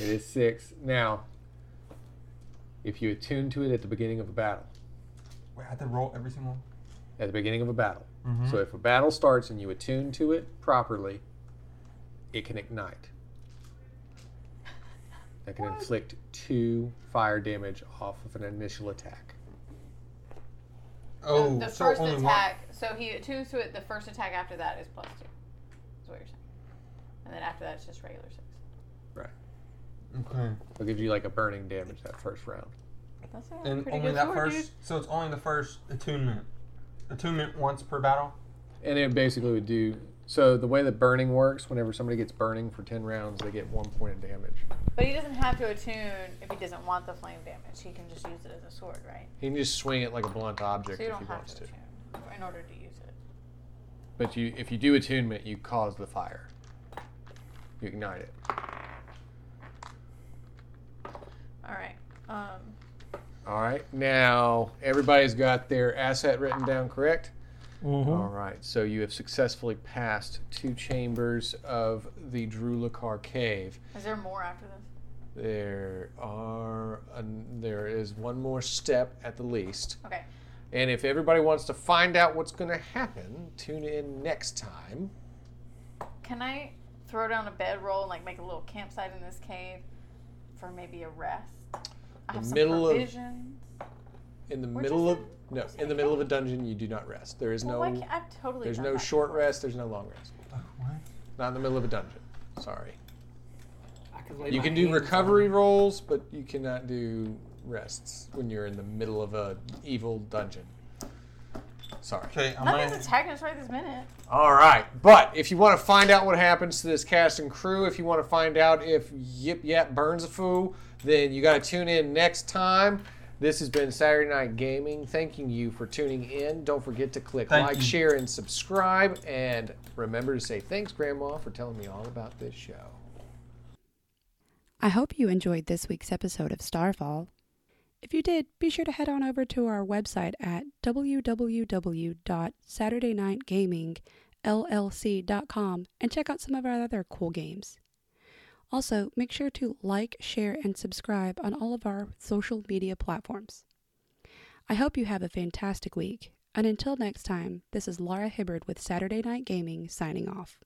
It is six. Now, if you attune to it at the beginning of a battle, Wait, I have to roll every single one? at the beginning of a battle. So if a battle starts and you attune to it properly, it can ignite. That can inflict two fire damage off of an initial attack. So Oh, the so first only attack. So he attunes to it. The first attack after that is plus 2. Is what you're saying. And then after that, it's just regular 6. one. Okay. It'll give you like a burning damage that first round. That's a And pretty only good that sword, first. So it's only the first attunement. Attunement once per battle. And it basically would do So the way that burning works, whenever somebody gets burning for ten rounds, they get one point of damage. But he doesn't have to attune if he doesn't want the flame damage. He can just use it as a sword, right? He can just swing it like a blunt object So you if don't he have wants to to. attune in order to use it. But you, if you do attunement, you cause the fire. You ignite it. All right. Um, All right. Now everybody's got their asset written down, correct? Mm-hmm. All right. So you have successfully passed two chambers of the Drulakar cave. is there more after this? There are an there is one more step at the least. Okay. And if everybody wants to find out what's going to happen, tune in next time. Can I throw down a bedroll and like make a little campsite in this cave for maybe a rest? I have some middle of- provisions. In the Where'd you middle of say- no, in the middle of a dungeon, you do not rest. There is Well, why no can't- I've totally there's done no that short before. rest. There's no long rest. Not in the middle of a dungeon. Sorry. I could lay You my can do hands on recovery rolls, but you cannot do rests when you're in the middle of a evil dungeon. Sorry. Okay, I'm gonna. Nothing's attacking us right this minute. All right, but if you want to find out what happens to this cast and crew, if you want to find out if Yip Yap burns a foo, then you got to tune in next time. This has been Saturday Night Gaming. Thanking you for tuning in. Don't forget to click Thank like, you. share, and subscribe. And remember to say thanks, Grandma, for telling me all about this show. I hope you enjoyed this week's episode of Starfall. If you did, be sure to head on over to our website at www.saturdaynightgamingllc.com and check out some of our other cool games. Also, make sure to like, share, and subscribe on all of our social media platforms. I hope you have a fantastic week, and until next time, this is Laura Hibbard with Saturday Night Gaming signing off.